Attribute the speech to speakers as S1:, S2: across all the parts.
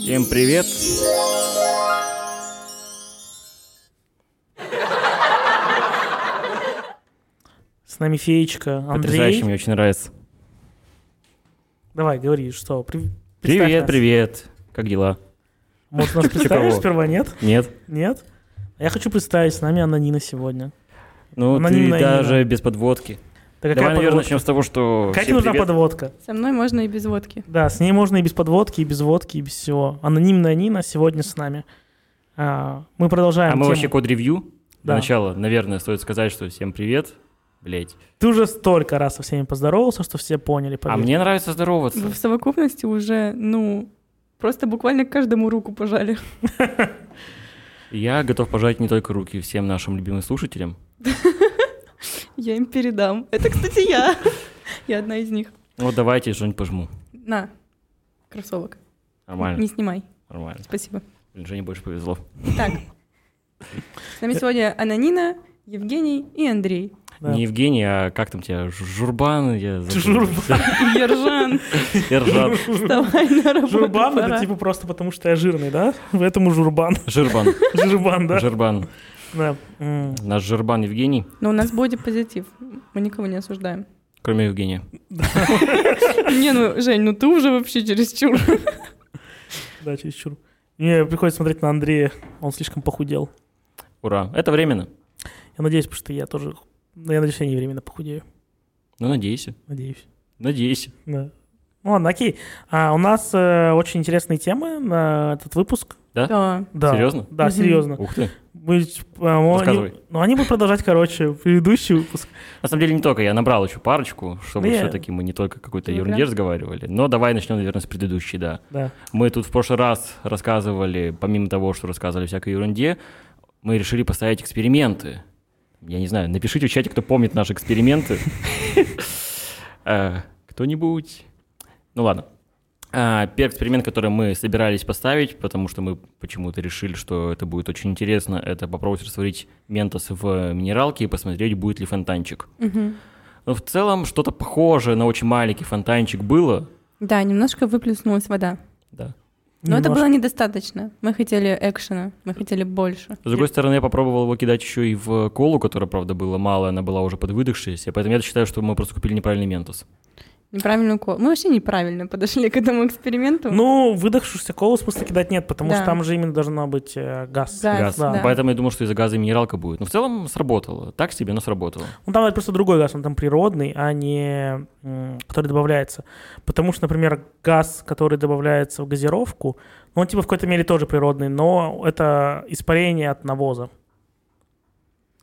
S1: Всем привет!
S2: С нами феечка
S1: Потрясающе,
S2: Андрей.
S1: мне очень нравится.
S2: Давай, говори, что? при- представь
S1: Привет,
S2: нас.
S1: привет! Как дела?
S2: Может, нас представишь
S1: Чего?
S2: сперва, нет?
S1: Нет?
S2: Нет? А Я хочу представить, с нами Анна Нина сегодня.
S1: Ну,
S2: Анонимная
S1: ты
S2: Нина.
S1: даже без подводки.
S2: Да
S1: Давай, наверное,
S2: подводка?
S1: начнем с того, что...
S2: Кате
S1: всем
S2: нужна
S1: привет.
S2: подводка.
S3: Со мной можно и без водки.
S2: Да, с ней можно и без подводки, и без водки, и без всего. Анонимная Нина сегодня с нами. А, мы продолжаем
S1: А мы
S2: тему.
S1: вообще код-ревью. Для
S2: Да.
S1: начала, наверное, стоит сказать, что всем привет. Блять.
S2: Ты уже столько раз со всеми поздоровался, что все поняли.
S1: А
S2: поверь.
S1: мне нравится
S3: В
S1: здороваться.
S3: совокупности уже, ну, просто буквально каждому руку пожали.
S1: Я готов пожать не только руки всем нашим любимым слушателям.
S3: Я им передам. Это, кстати, я. Я одна из них.
S1: Вот давайте я что-нибудь пожму.
S3: На, кроссовок.
S1: Нормально,
S3: Не снимай.
S1: нормально.
S3: Спасибо.
S1: Блин, Жене больше повезло.
S3: Так. С нами сегодня Ананина, Евгений и Андрей.
S2: Да.
S1: Не Евгений, а как там тебя? Ж- Журбан? Я забыл.
S2: Журбан.
S3: И Ержан,
S1: Ержан.
S3: вставай на работу.
S2: Журбан
S3: пора.
S2: это типа просто потому, что я жирный, да? Поэтому журбан.
S1: Жирбан.
S2: Журбан, да?
S1: Жирбан.
S2: Да. М,
S1: Наш Жирбан Евгений,
S3: Но у нас бодипозитив. Мы никого не осуждаем.
S1: кроме Евгения.
S3: Не, ну, Жень, ну ты уже вообще чересчур.
S2: Да, чересчур. Мне приходится смотреть на Андрея, он слишком похудел.
S1: Ура. Это временно.
S2: Я надеюсь, потому что я тоже... ну, Я надеюсь, я не временно похудею.
S1: Ну, надейся.
S2: Надеюсь.
S1: Надейся.
S2: Да. Ну ладно, окей. А, у нас э, очень интересные темы на этот выпуск.
S3: Да.
S2: Да.
S1: Серьезно?
S2: Да,
S3: Мгм.
S2: серьезно.
S1: Ух ты.
S2: Мы, э, мо-
S1: Рассказывай.
S2: они- ну, они будут продолжать, короче, предыдущий выпуск.
S1: На самом деле не только, я набрал еще парочку, чтобы
S2: Да я-
S1: все-таки мы не только какой-то
S3: Ну,
S1: ерунде
S3: прям.
S1: разговаривали. Но давай начнем, наверное, с предыдущей, да.
S2: Да.
S1: Мы тут в прошлый раз рассказывали, помимо того, что рассказывали всякой ерунде, мы решили поставить эксперименты. Я не знаю, напишите в чате, кто помнит наши эксперименты. Э, Кто-нибудь? Ну ладно. А, Первый эксперимент, который мы собирались поставить, потому что мы почему-то решили, что это будет очень интересно, это попробовать растворить ментос в минералке и посмотреть, будет ли фонтанчик.
S3: Мгм.
S1: Но в целом что-то похожее на очень маленький фонтанчик было.
S3: Да, немножко выплеснулась вода.
S1: Да.
S3: Но Ну, это
S2: Немножко.
S3: было недостаточно. Мы хотели экшена, мы хотели больше.
S1: С другой стороны, я попробовал его кидать еще и в колу, которая, правда, была мало, она была уже подвыдохшаяся, поэтому я считаю, что мы просто купили неправильный ментос.
S3: Неправильную колу. Мы вообще неправильно подошли к этому эксперименту.
S2: Ну, выдохшуюся колу смысла кидать нет, потому
S3: Да.
S2: что там же именно должна быть э, газ.
S3: Да.
S1: Газ.
S2: да.
S1: Поэтому я думал, что из-за газа и минералка будет. Но в целом сработало. Так себе, но сработало.
S2: Ну, там это просто другой газ, он там природный, а не м, который добавляется. Потому что, например, газ, который добавляется в газировку, ну, он типа в какой-то мере тоже природный, но это испарение от навоза.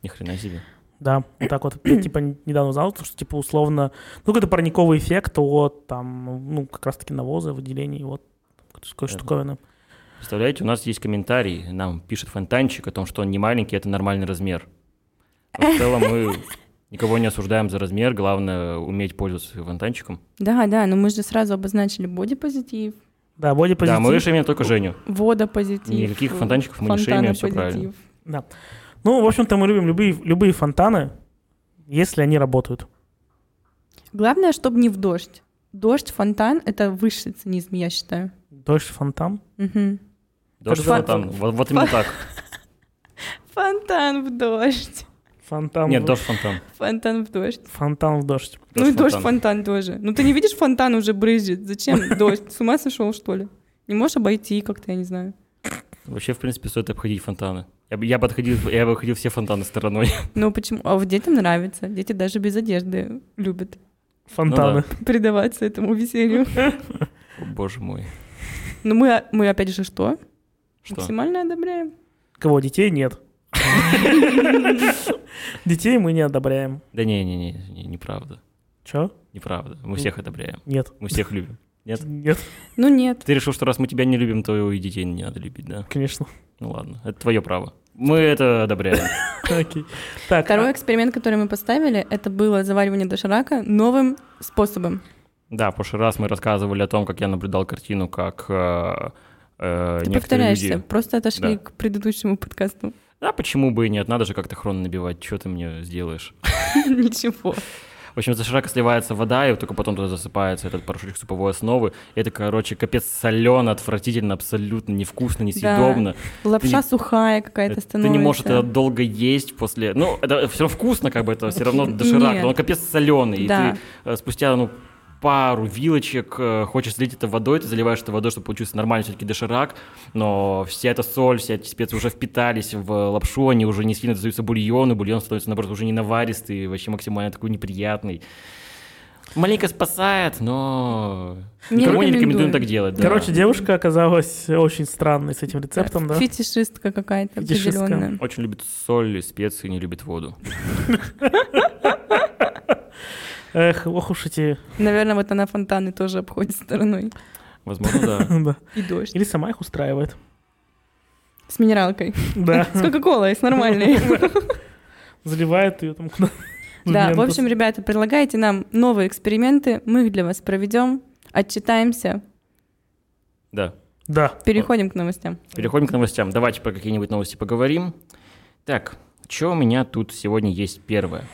S1: Ни хрена себе.
S2: Да, вот так вот. Я, типа, недавно узнал, что, типа, условно, ну, какой-то парниковый эффект от, там, ну, как раз-таки навоза, выделений, вот, такой
S1: Да.
S2: штуковины.
S1: Представляете, у нас есть комментарий, нам пишет фонтанчик о том, что он не маленький, это нормальный размер. Но в целом мы никого не осуждаем за размер, главное уметь пользоваться фонтанчиком.
S3: Да, да, но мы же сразу обозначили бодипозитив,
S2: Да, бодипозитив.
S1: Да, мы решим именно только Женю.
S3: водопозитив. э,
S1: Никаких фонтанчиков мы не шеймим, все правильно.
S3: фонтанопозитив.
S2: Да. Ну, в общем-то, мы любим любые, любые фонтаны, если они работают.
S3: Главное, чтобы не в дождь. Дождь, фонтан — это высший цинизм, я считаю.
S2: Дождь, фонтан.
S3: Мгм.
S1: Дождь
S2: Фонтан.
S1: фонтан. Вот, вот именно так.
S3: Фонтан в дождь.
S2: Фонтан,
S1: Нет,
S2: в-
S1: дождь фонтан.
S3: Фонтан в дождь.
S2: фонтан в дождь.
S3: ну и дождь,
S1: фонтан.
S3: фонтан тоже. Ну ты не видишь, фонтан уже брызжет. Зачем дождь? С ума сошел, что ли? Не можешь обойти как-то, я не знаю.
S1: Вообще, в принципе, стоит обходить фонтаны. Я бы, я бы отходил, я бы обходил все фонтаны стороной.
S3: Ну почему? А вот детям нравится. Дети даже без одежды любят
S2: Фонтаны.
S3: предаваться этому веселью.
S1: О, боже мой.
S3: Но мы, мы опять же что?
S1: Что?
S3: Максимально одобряем.
S2: Кого? Детей нет. Детей мы не одобряем.
S1: Да не, не, не, не, неправда.
S2: Чё?
S1: Неправда. Мы всех одобряем.
S2: Нет.
S1: Мы всех любим. Нет?
S2: Нет,
S3: Ну нет.
S1: Ты решил, что раз мы тебя не любим, то и детей не надо любить, да?
S2: конечно.
S1: Ну ладно, это твое право. Мы это одобряем.
S2: Окей. Так,
S3: Второй
S2: а-
S3: эксперимент, который мы поставили, это было заваривание доширака новым способом.
S1: Да, в прошлый раз мы рассказывали о том, как я наблюдал картину, как э, э,
S3: Ты
S1: некоторые
S3: повторяешься.
S1: люди...
S3: Просто отошли
S1: Да.
S3: к предыдущему подкасту.
S1: Да, почему бы и нет? Надо же как-то хрон набивать. Что ты мне сделаешь?
S3: Ничего.
S1: В В общем, из шарака сливается вода, и только потом туда засыпается этот порошочек суповой основы. И это, короче, капец солено, отвратительно, абсолютно невкусно, несъедобно.
S3: Лапша
S1: Ты
S3: сухая какая-то
S1: Это
S3: становится.
S1: Ты не можешь это долго есть после... Ну, это все равно вкусно, как бы, это все равно доширак,
S3: Нет.
S1: но он капец соленый. И
S3: Да.
S1: ты э, спустя, ну, пару вилочек, э, хочешь слить это водой, ты заливаешь это водой, чтобы получился нормальный все-таки доширак, но вся эта соль, все эти специи уже впитались в лапшу, они уже не сильно достаются бульону, бульон становится, наоборот, уже не наваристый, вообще максимально такой неприятный. Маленько спасает, но
S3: Не
S1: никому не рекомендуем
S3: рекомендую.
S1: так делать. да.
S2: а, Короче, девушка оказалась очень странной с этим рецептом, да?
S3: Фетишистка какая-то
S2: Фетишистка.
S3: определенная.
S1: очень любит соль, специи, не любит воду.
S2: Эх, ох уж эти...
S3: Наверное, вот она фонтаны тоже обходит стороной.
S1: Возможно, да.
S2: да.
S3: И дождь.
S2: Или сама их устраивает.
S3: С минералкой.
S2: Да.
S3: С Кока-Колой, с нормальной.
S2: Заливает ее там куда
S3: Да, в общем, ребята, предлагайте нам новые эксперименты, мы их для вас проведем, отчитаемся,
S1: Да.
S2: Да.
S3: переходим к новостям.
S1: Переходим к новостям. Давайте про какие-нибудь новости поговорим. Так, что у меня тут сегодня есть первое?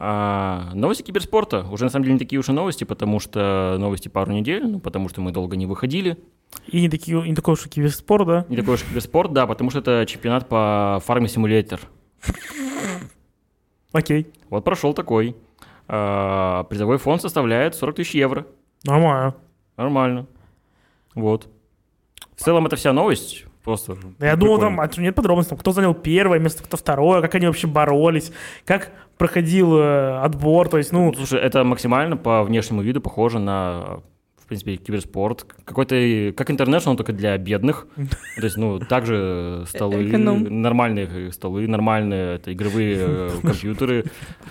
S1: А, новости киберспорта. Уже на самом деле не такие уж и новости, потому что новости пару недель, ну, потому что мы долго не выходили.
S2: И не, такие, не такой уж и киберспор, да?
S1: Не такой уж и киберспорт, да, потому что это чемпионат по фарме симулятор.
S2: Окей.
S1: Вот прошел такой. А, призовой фонд составляет 40 тысяч евро.
S2: Нормально.
S1: Нормально. Вот. В целом это вся новость. Просто.
S2: Да Я думал,
S1: Ну, прикольно.
S2: там а чё, нет подробностей, там, кто занял первое место, кто второе, как они вообще боролись, как проходил э, отбор, то есть, ну,
S1: Ну, слушай, это максимально по внешнему виду похоже на, в принципе, киберспорт. Какой-то, и- как интернешнл, только для бедных. То есть, ну, также столы,
S3: Э, Эконом.
S1: нормальные э, столы, нормальные это, игровые э, компьютеры.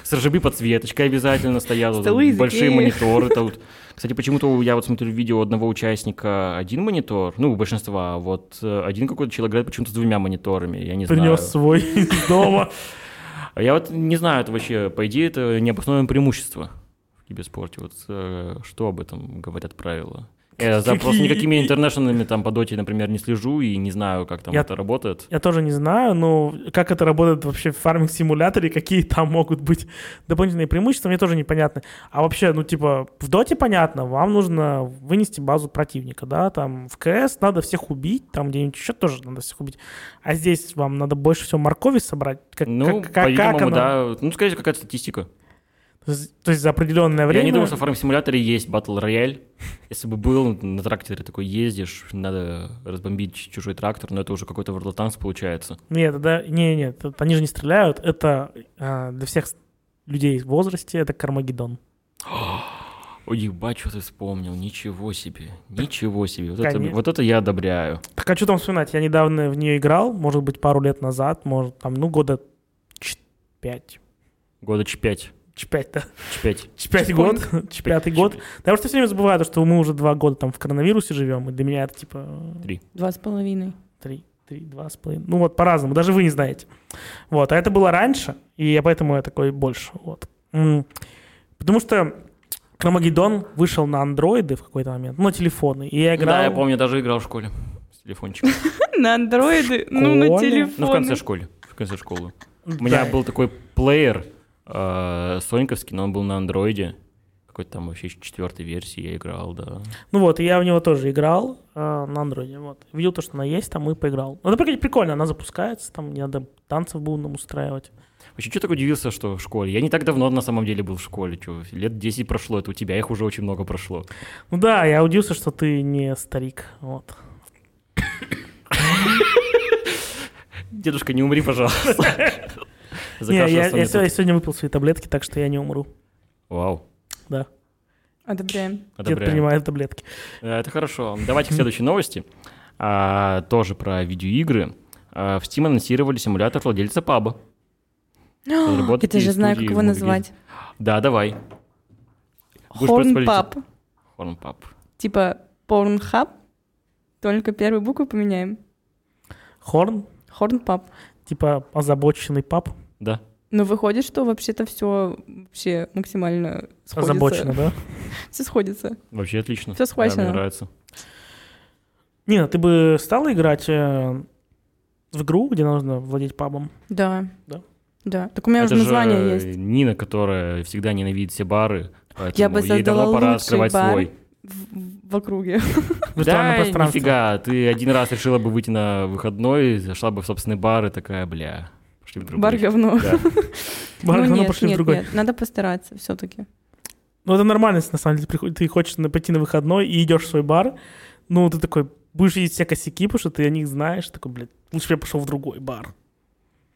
S1: С RGB-подсветочкой обязательно стоят. вот,
S3: Столы из
S1: Большие
S3: Икеи.
S1: мониторы. там вот. Кстати, почему-то я вот смотрю видео одного участника один монитор, ну, у большинства, а вот э, один какой-то человек играет почему-то с двумя мониторами, я не знаю.
S2: принес свой из дома.
S1: А Я вот не знаю, это вообще, по идее, это необоснованное преимущество в киберспорте. Вот э, что об этом говорят правила? Я за просто
S2: Какие-
S1: никакими интернешнлами там по доте, например, не слежу и не знаю, как там
S2: Я-
S1: это работает.
S2: Я тоже не знаю, но как это работает вообще в фарминг-симуляторе, какие там могут быть дополнительные преимущества, мне тоже непонятно. А вообще, ну, типа, в доте понятно, вам нужно вынести базу противника, да, там, в КС надо всех убить, там где-нибудь еще тоже надо всех убить. А здесь вам надо больше всего моркови собрать. Как,
S1: Ну,
S2: как- как- как
S1: по-видимому,
S2: оно?
S1: да. Ну, скорее всего, какая-то статистика.
S2: То есть- То есть за определенное время...
S1: Я не думаю, что в фарм-симуляторе есть батл рояль. Если бы был, на тракторе такой ездишь, надо разбомбить чужой трактор, но это уже какой-то варлотанс получается.
S2: Нет, да, не, не, тут они же не стреляют. Это а, для всех с- людей в возрасте это Кармагеддон.
S1: Ой, ебать, что ты вспомнил. Ничего себе. Ничего себе. Вот, это,
S2: Конечно.
S1: вот это я одобряю.
S2: Так а что там вспоминать? Я недавно в нее играл, может быть, пару лет назад, может, там, ну, года 5.
S1: Года Ч5.
S2: 5, да.
S1: Ч5.
S2: 5 год, 5 год. Потому что все время забываю, то, что мы уже два года там в коронавирусе живем, и для меня это типа
S3: Два с половиной.
S2: три, три, два с половиной. Ну вот по-разному, даже вы не знаете. Вот, а это было раньше, и я поэтому я такой больше. Вот. М. Потому что Кромагеддон вышел на андроиды в какой-то момент, ну, на телефоны, и я играл...
S1: Да, я помню, даже играл в школе с телефончиком.
S3: На андроиды, ну на
S2: школе?
S1: Ну, в конце
S3: телефоны.
S1: школы. В конце школы.
S2: Да.
S1: У меня был такой плеер э, соньковский, но он был на андроиде. Какой-то там вообще четвертой версии я играл, да.
S2: Ну вот, и я в него тоже играл э, на андроиде, вот. Видел то, что она есть, там и поиграл. Ну, это прикольно, прикольно, она запускается, там не надо танцев было нам устраивать.
S1: Вообще, что так удивился, что в школе? Я не так давно на самом деле был в школе. чё, лет 10 прошло, это у тебя их уже очень много прошло.
S2: Ну да, я удивился, что ты не старик, вот.
S1: Дедушка, не умри, пожалуйста.
S2: Не, я,
S1: Закашлялся
S2: я
S1: мне
S2: сё- я
S1: тут.
S2: сегодня выпил свои таблетки, так что я не умру.
S1: Вау,
S3: Одобряем.
S2: Дед
S1: одобряю.
S2: принимает таблетки.
S1: Э, Это хорошо. Давайте к следующей новости. А, тоже про видеоигры. А, в Steam анонсировали симулятор владельца паба. Разработки
S3: Это же знаю,
S1: студии
S3: как его
S1: в
S3: назвать.
S1: Да, давай. Будешь
S3: Хорнпап.
S1: Хорнпап.
S3: Типа порнхаб, только первую букву поменяем.
S2: Хорн,
S3: Хорнпап.
S2: типа озабоченный пап,
S1: Да.
S3: Но выходит, что вообще-то все вообще максимально сходится.
S2: озабоченный, да?
S3: Все сходится.
S1: Вообще отлично.
S3: Всё схвачено.
S1: Да, мне нравится.
S2: Нина, ну ты бы стала играть э, в игру, где нужно владеть пабом?
S3: Да.
S2: Да?
S3: Да. Так у меня
S1: это
S3: уже
S1: же
S3: название есть.
S1: Нина, которая всегда ненавидит все бары, поэтому
S3: Я бы
S1: ей давно
S3: создала
S1: пора
S3: лучший
S1: открывать
S3: бар.
S1: свой.
S3: В, в округе.
S2: Виртуальное пространство.
S1: нифига, ты один раз решила бы выйти на выходной, зашла бы в собственный бар и такая, бля, пошли в другой.
S3: Бар говно.
S1: Да.
S2: Бар,
S3: ну,
S2: говно,
S3: нет,
S2: пошли в
S3: нет,
S2: другой.
S3: нет, надо постараться все-таки.
S2: Ну, это нормальность, на самом деле. Приход- Ты хочешь на- пойти на выходной и идешь в свой бар. Ну, ты такой, будешь видеть все косяки, потому что ты о них знаешь. Такой, блядь, лучше бы я пошел в другой бар.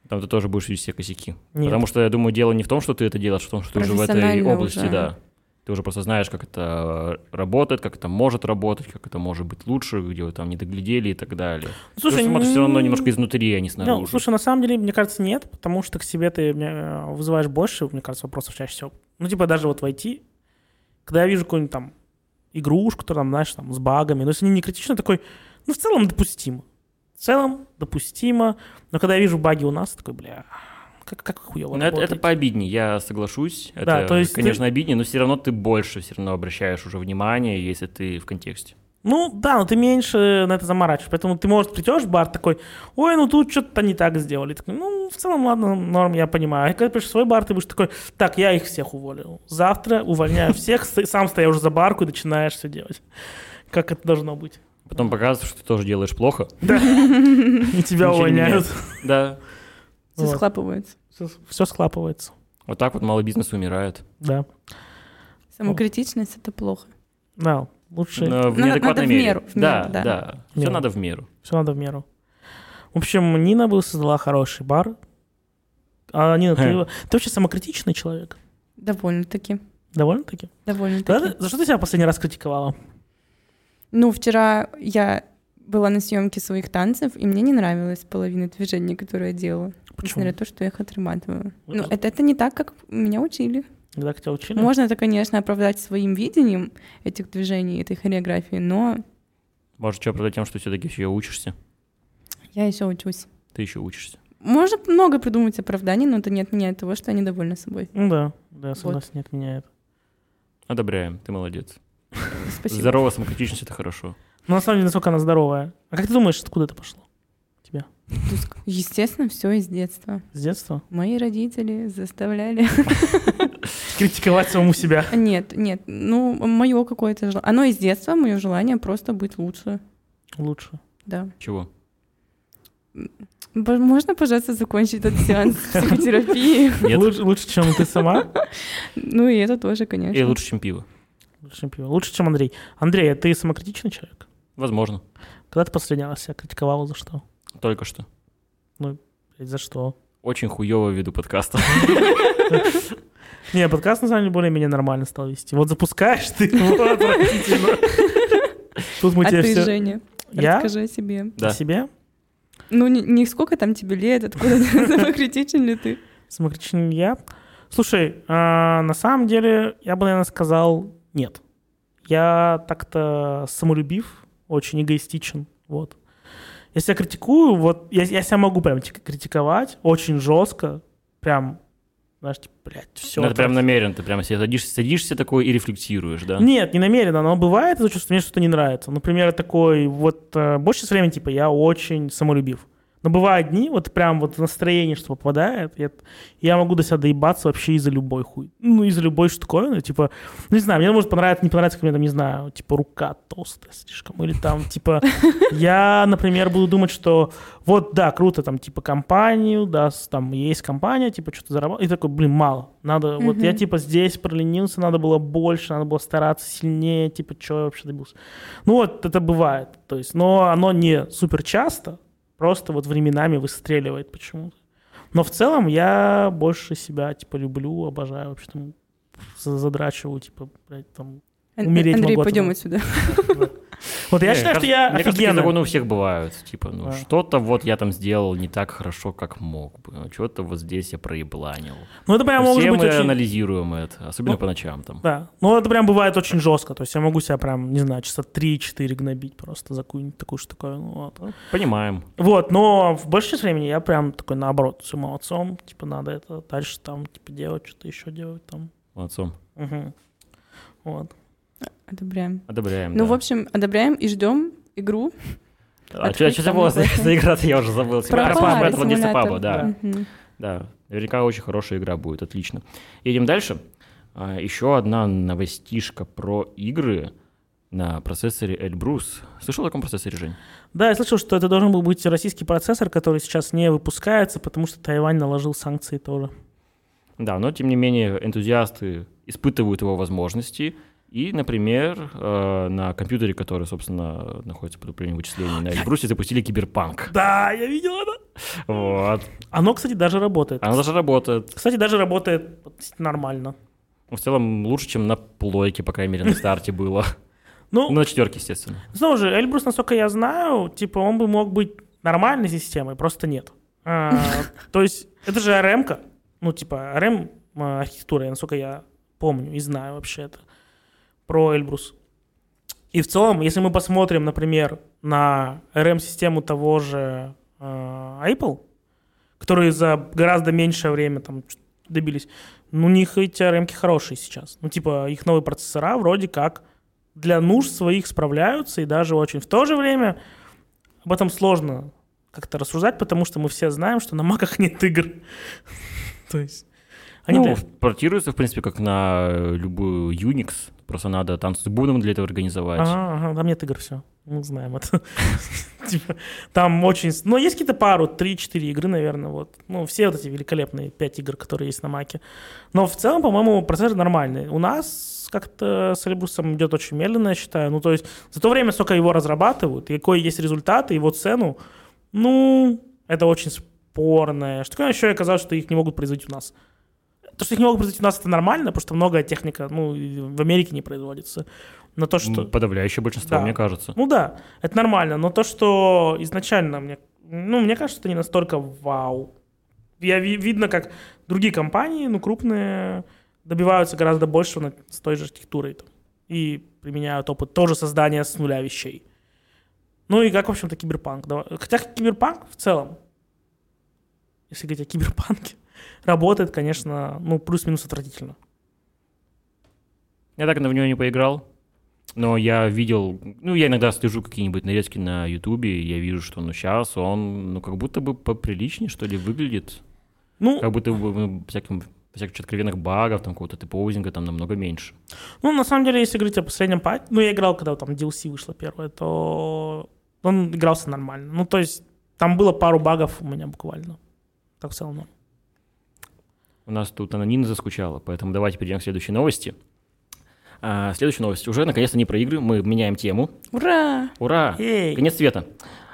S1: Там ты тоже будешь видеть все косяки.
S2: Нет.
S1: Потому что, я думаю, дело не в том, что ты это делаешь, а в том, что ты уже в этой
S3: Профессионально
S1: области,
S3: уже.
S1: да. Ты уже просто знаешь, как это э, работает, как это может работать, как это может быть лучше, где вы там не доглядели и так далее. ты смотришь все равно
S2: м,
S1: немножко изнутри, а не
S2: ну,
S1: снаружи.
S2: слушай, на самом деле, мне кажется, нет, потому что к себе ты э, вызываешь больше, мне кажется, вопросов чаще всего. Ну, типа, даже вот войти, когда я вижу какую-нибудь там игрушку, которая там, знаешь, там, с багами, но если они не критичны, такой, ну, в целом допустимо. В целом допустимо, но когда я вижу баги у нас, такой, бля, как, как хуево
S1: Ну, это, это пообиднее, я соглашусь. Это,
S2: Да, то есть ты-
S1: конечно, обиднее, но все равно ты больше все равно обращаешь уже внимание, если ты в контексте.
S2: Ну, да, но ты меньше на это заморачиваешь. Поэтому ты, может, придешь в бар такой, ой, ну тут что-то не так сделали. Такой, ну, в целом, ладно, норм, я понимаю. А когда придешь в свой бар, ты будешь такой, так, я их всех уволил. Завтра увольняю всех, сты- сам стоишь за барку и начинаешь все делать. Как это должно быть.
S1: Потом показываешь, что ты тоже делаешь плохо.
S2: И тебя
S1: Ничего не
S2: увольняют.
S1: Да.
S3: Все
S2: Вот.
S3: схлапывается.
S2: Все схлапывается.
S1: Вот так вот малый бизнес умирает.
S2: Да.
S3: Самокритичность — это плохо.
S2: Да, лучше.
S1: Но Э, в
S3: Надо-
S1: неадекватной
S3: надо в
S1: мере.
S3: меру, в меру,
S1: да,
S3: да.
S1: да. Все
S2: Меру.
S1: надо в меру.
S2: Все надо в меру. В общем, Нина бы создала хороший бар. А, Нина, ты,
S1: Хм.
S2: ты вообще самокритичный человек?
S3: Довольно-таки.
S2: Довольно-таки? Да,
S3: Довольно-таки.
S2: да? За что ты себя последний раз критиковала?
S3: Ну, вчера я была на съемке своих танцев, и мне не нравилась половина движений, которые я делала,
S2: Почему?
S3: несмотря на то, что я их отрабатывала.
S2: Вот
S3: Ну,
S2: это-
S3: это, это не так, как меня учили.
S2: Когда тебя учили?
S3: Можно это, конечно, оправдать своим видением этих движений, этой хореографии, но
S1: Может, что продать тем, что все-таки еще учишься?
S3: я еще учусь.
S1: Ты еще учишься.
S3: Можно много придумать оправданий, но это не отменяет того, что я недовольна собой.
S2: Ну да, да, согласен, не отменяет.
S1: Одобряем, ты молодец.
S3: Спасибо.
S1: Здорово, самокритичность это хорошо.
S2: Но на самом деле, насколько она здоровая. А как ты думаешь, откуда это пошло? У Тебя?
S3: То есть, Естественно, все из детства.
S2: С детства?
S3: Мои родители заставляли.
S2: Критиковать самому себя.
S3: Нет, нет, ну, мое какое-то желание. Оно из детства, мое желание просто быть лучше.
S2: Лучше.
S3: Да.
S1: Чего?
S3: Б- Можно, пожалуйста, закончить этот сеанс психотерапии?
S1: Нет.
S2: Лучше, лучше, чем ты сама?
S3: Ну и это тоже, конечно.
S1: И лучше, чем пиво.
S2: Лучше, чем пиво. Лучше, чем Андрей. Андрей, а ты самокритичный человек?
S1: Возможно.
S2: Когда ты последний раз себя критиковала за что?
S1: Только что.
S2: Блядь, за что?
S1: Очень хуево веду подкаста.
S2: Не, подкаст на самом деле более-менее нормально стал вести. Вот запускаешь ты, вот отвратительно. Тут мы
S3: А
S2: тебе
S3: ты,
S2: все...
S3: Женя,
S2: Я?
S3: расскажи о себе.
S1: Да.
S2: Себе?
S3: Ну, не, не сколько там тебе лет, а откуда ты, самокритичен ли ты?
S2: Самокритичен ли я? Слушай, а, на самом деле, я бы, наверное, сказал нет. Я так-то самолюбив, очень эгоистичен, вот. Если я критикую, вот, я, я себя могу прям ти- критиковать очень жестко, прям, знаешь, типа, блядь, все.
S1: Ну, это прям намеренно, ты прямо себе садишься, садишься такой и рефлексируешь, да?
S2: Нет, не намеренно, но бывает это чувство, мне что-то не нравится. Например, такой, вот, э, больше времени, типа, я очень самолюбив. Но бывают дни, вот прям вот настроение, что попадает, я, я могу до себя доебаться вообще из-за любой хуй. Ну, из-за любой штуковины, типа, ну, не знаю, мне может понравится, не понравится, как мне там, не знаю, типа, рука толстая слишком, или там, типа, я, например, буду думать, что вот, да, круто, там, типа, компанию, да, с- там, есть компания, типа, что-то заработал, и такой, блин, мало, надо, вот я,
S3: Мгм.
S2: типа, здесь проленился, надо было больше, надо было стараться сильнее, типа, что я вообще добился. Ну, вот это бывает, то есть, но оно не супер часто, просто вот временами выстреливает почему-то. Но в целом я больше себя, типа, люблю, обожаю, вообще там за- задрачиваю, типа, блядь, там.
S3: Ан-
S2: Умереть
S3: Андрей,
S2: могу от
S3: пойдем
S2: этого.
S3: отсюда.
S2: Вот я
S1: Не,
S2: считаю,
S1: кажется-
S2: что я
S1: Мне кажется, такие
S2: офигенно.
S1: законы у всех бывают. Типа, ну
S2: Да.
S1: что-то вот я там сделал не так хорошо, как мог бы. а Что-то вот здесь я проебланил.
S2: Ну, это прям может
S1: Все
S2: быть
S1: мы
S2: очень...
S1: анализируем это, особенно
S2: Ну,
S1: по ночам там.
S2: Да. Ну, это прям бывает очень жестко. То есть я могу себя прям, не знаю, часа 3-4 гнобить просто за какую-нибудь такую штуковину. Вот.
S1: Понимаем.
S2: Вот, но в большей части времени я прям такой наоборот, все молодцом, типа надо это дальше там, типа делать, что-то еще делать там.
S1: Молодцом.
S2: Мгм. Вот.
S3: Одобряем.
S1: Одобряем.
S3: Ну,
S1: да.
S3: в общем, одобряем и ждем игру.
S1: А
S3: открыть
S1: что за
S3: там
S1: была за
S3: какой-то-
S1: за игра-то? Я уже забыл.
S3: Про
S1: Про
S3: пар
S1: Battle Disapabo,
S3: симулятор.
S1: да.
S3: Мгм.
S1: Да. Наверняка очень хорошая игра будет, отлично. Едем дальше. А, Еще одна новостишка про игры на процессоре Эльбрус. Слышал о таком процессоре, Жень?
S2: Да, я слышал, что это должен был быть российский процессор, который сейчас не выпускается, потому что Тайвань наложил санкции тоже.
S1: Да, но тем не менее энтузиасты испытывают его возможности. И, например, э, на компьютере, который, собственно, находится под управлением вычислений на Эльбрусе, запустили киберпанк.
S2: Да, я видел это.
S1: Вот.
S2: Оно, кстати, даже работает.
S1: Она даже работает.
S2: Кстати, даже работает относительно нормально.
S1: В целом лучше, чем на плойке, по крайней мере, на старте было.
S2: Ну,
S1: Ну, на четверке, естественно.
S2: Снова же, Эльбрус, насколько я знаю, типа он бы мог быть нормальной системой, просто нет. А, То есть это же rm -ка. ну типа RM а, архитектура, я- насколько я помню и знаю вообще это про Эльбрус. И в целом, если мы посмотрим, например, на RM-систему того же а, Apple, которые за гораздо меньшее время там ч- добились, ну, у них эти rm хорошие сейчас. Ну, типа, их новые процессора вроде как для нужд своих справляются, и даже очень. В то же время об этом сложно как-то рассуждать, потому что мы все знаем, что на маках нет игр. То есть... Они
S1: ну,
S2: для-
S1: портируется, в принципе, как на э, любую Unix. Просто надо танцы с Буном для этого организовать.
S2: Ага, ага, там нет игр, все. Мы знаем это. Типа, Там очень... с- Но есть какие-то пару, 3-4 игры, наверное, вот. Ну, все вот эти великолепные 5 игр, которые есть на Маке. Но в целом, по-моему, процесс нормальный. У нас как-то с Эльбрусом идет очень медленно, я считаю. Ну, то есть за то время, сколько его разрабатывают, и какой есть результат, и его цену, ну, это очень спорное. Что еще оказалось, что их не могут производить у нас. То, что их не могут производить у нас, это нормально, потому что многое техника, ну, и в Америке не производится. Но то, что...
S1: М, Подавляющее большинство,
S2: Да.
S1: мне кажется.
S2: Ну да, это нормально, но то, что изначально мне, ну, мне кажется, это не настолько вау. Я ви- видно, как другие компании, ну, крупные, добиваются гораздо больше с той же архитектурой там, и применяют опыт тоже создания с нуля вещей. Ну и как, в общем-то, киберпанк. Давай- Хотя киберпанк в целом, если говорить о киберпанке, работает, конечно, ну, плюс-минус отвратительно.
S1: Я так на в него не поиграл. Но я видел, ну, я иногда слежу какие-нибудь нарезки на Ютубе, и я вижу, что ну сейчас он, ну, как будто бы поприличнее, что ли, выглядит.
S2: Ну,
S1: Как будто бы ну, всяким, всяких откровенных багов, там, какого-то типоузинга там намного меньше.
S2: Ну, на самом деле, если говорить о последнем патче, ну, я играл, когда там DLC вышло первое, то он игрался нормально. Ну, то есть, там было пару багов у меня буквально. Так в целом. норм.
S1: У нас тут Ананина заскучала, поэтому давайте перейдем к следующей новости. А, следующая новость. Уже, наконец-то, не про игры, мы меняем тему.
S3: Ура!
S1: Ура!
S2: Эй!
S1: Конец света.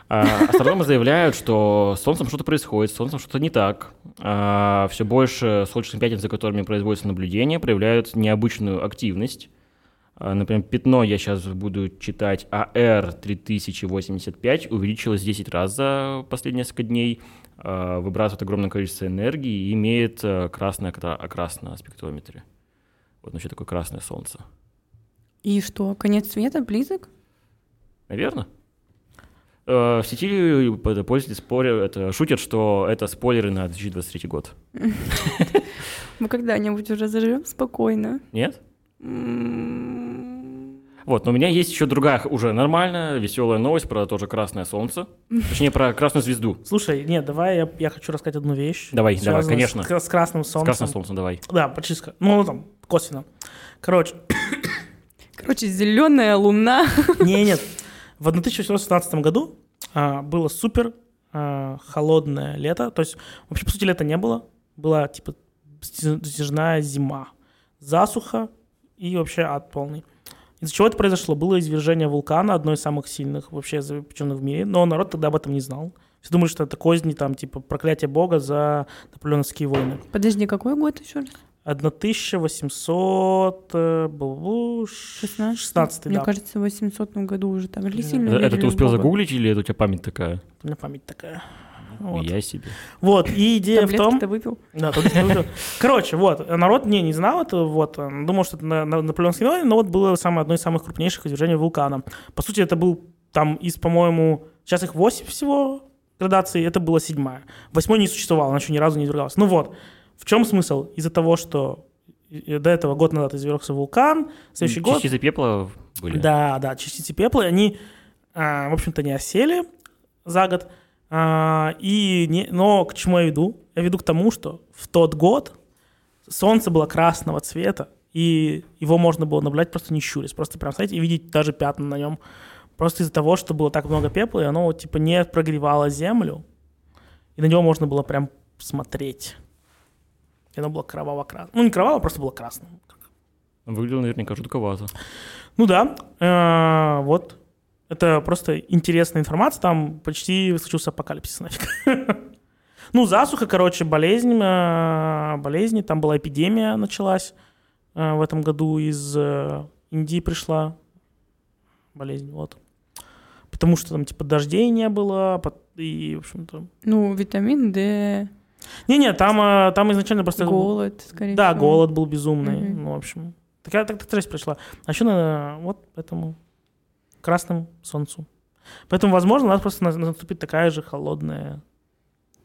S1: А, Астрономы заявляют, что с Солнцем что-то происходит, с Солнцем что-то не так. все больше солнечных пятен, за которыми производятся наблюдения, проявляют необычную активность. А, например, пятно, я сейчас буду читать, А AR3085 увеличилось 10 раз за последние несколько дней, а, выбрасывает огромное количество энергии и имеет а, красный окра- окрас на спектрометре. Вот значит такое красное солнце.
S3: И что, конец света близок?
S1: Наверное. Э, В сети под- пользователи спорят, это, шутят, что это спойлеры на 2023 год.
S3: Мы когда-нибудь уже заживем спокойно.
S1: Нет?
S3: М,
S1: Вот, но у меня есть еще другая х- уже нормальная, веселая новость про тоже красное солнце. Точнее, про красную звезду.
S2: Слушай, нет, давай я, я хочу рассказать одну вещь.
S1: Давай, давай,
S2: связанную
S1: конечно.
S2: С, с красным
S1: С
S2: солнцем.
S1: красным солнцем, давай.
S2: Да, почти. с- Ну, там, косвенно. Короче,
S3: Короче, зеленая луна.
S2: Не, нет. В 2018 году а, было супер а, холодное лето. То есть, вообще, по сути, лета не было. Была, типа, сти- затяжная зима. Засуха и вообще ад полный. Из-за чего это произошло? Было извержение вулкана, одно из самых сильных вообще запеченных в мире. Но народ тогда об этом не знал. Все думали, что это козни, там, типа, проклятие бога за наполеоновские войны.
S3: Подожди, какой год еще раз?
S2: 1800... э, бу-бу, ш-
S3: 16?
S2: 16
S3: Мне
S2: да.
S3: кажется, в 800 году уже там
S2: Да.
S3: или
S1: Э,
S3: сильно
S1: Это,
S3: верили
S1: ты
S3: в
S1: успел
S3: Бога.
S1: загуглить или это у тебя память такая?
S2: У меня память такая. Вот.
S1: Я себе.
S2: Вот, и идея в том...
S3: Таблетки-то выпил?
S2: Да, тут я говорю. Короче, вот, народ не, не знал это, вот, он думал, что это на, на Наполеонские войны, но вот было самое, одно из самых крупнейших извержений вулкана. По сути, это был там из, по-моему, сейчас их 8 всего градаций, это была седьмая. Восьмой не существовал, она еще ни разу не извергался. Ну вот, в чем смысл? Из-за того, что э, до этого год назад извергся вулкан, следующий год...
S1: Частицы пепла были.
S2: Да, да, частицы пепла, они, а, в общем-то, не осели за год. А, и не- но к чему я веду? Я веду к тому, что в тот год солнце было красного цвета, и его можно было наблюдать просто не щурясь, просто прям стоять и видеть даже пятна на нем. Просто из-за того, что было так много пепла, и оно типа не прогревало землю, и на него можно было прям смотреть. И оно было кроваво-красным. Ну, не кроваво, просто было красным.
S1: Выглядело наверняка жутковато.
S2: Ну да, э, вот. Это просто интересная информация, там почти случился апокалипсис нафиг. Ну, засуха, короче, болезнь, э, болезни, там была эпидемия началась э, в этом году, из э, Индии пришла болезнь, вот. Потому что там, типа, дождей не было, пот- и, в общем-то...
S3: Ну, витамин D,
S2: Не-не, там, э, там изначально просто...
S3: голод, скорее
S2: Да,
S3: всего.
S2: голод был безумный.
S3: Мгм.
S2: Ну, в общем. Такая так, так тресс пришла. А еще на вот этому красному солнцу. Поэтому, возможно, у нас просто на- наступит такая же холодная.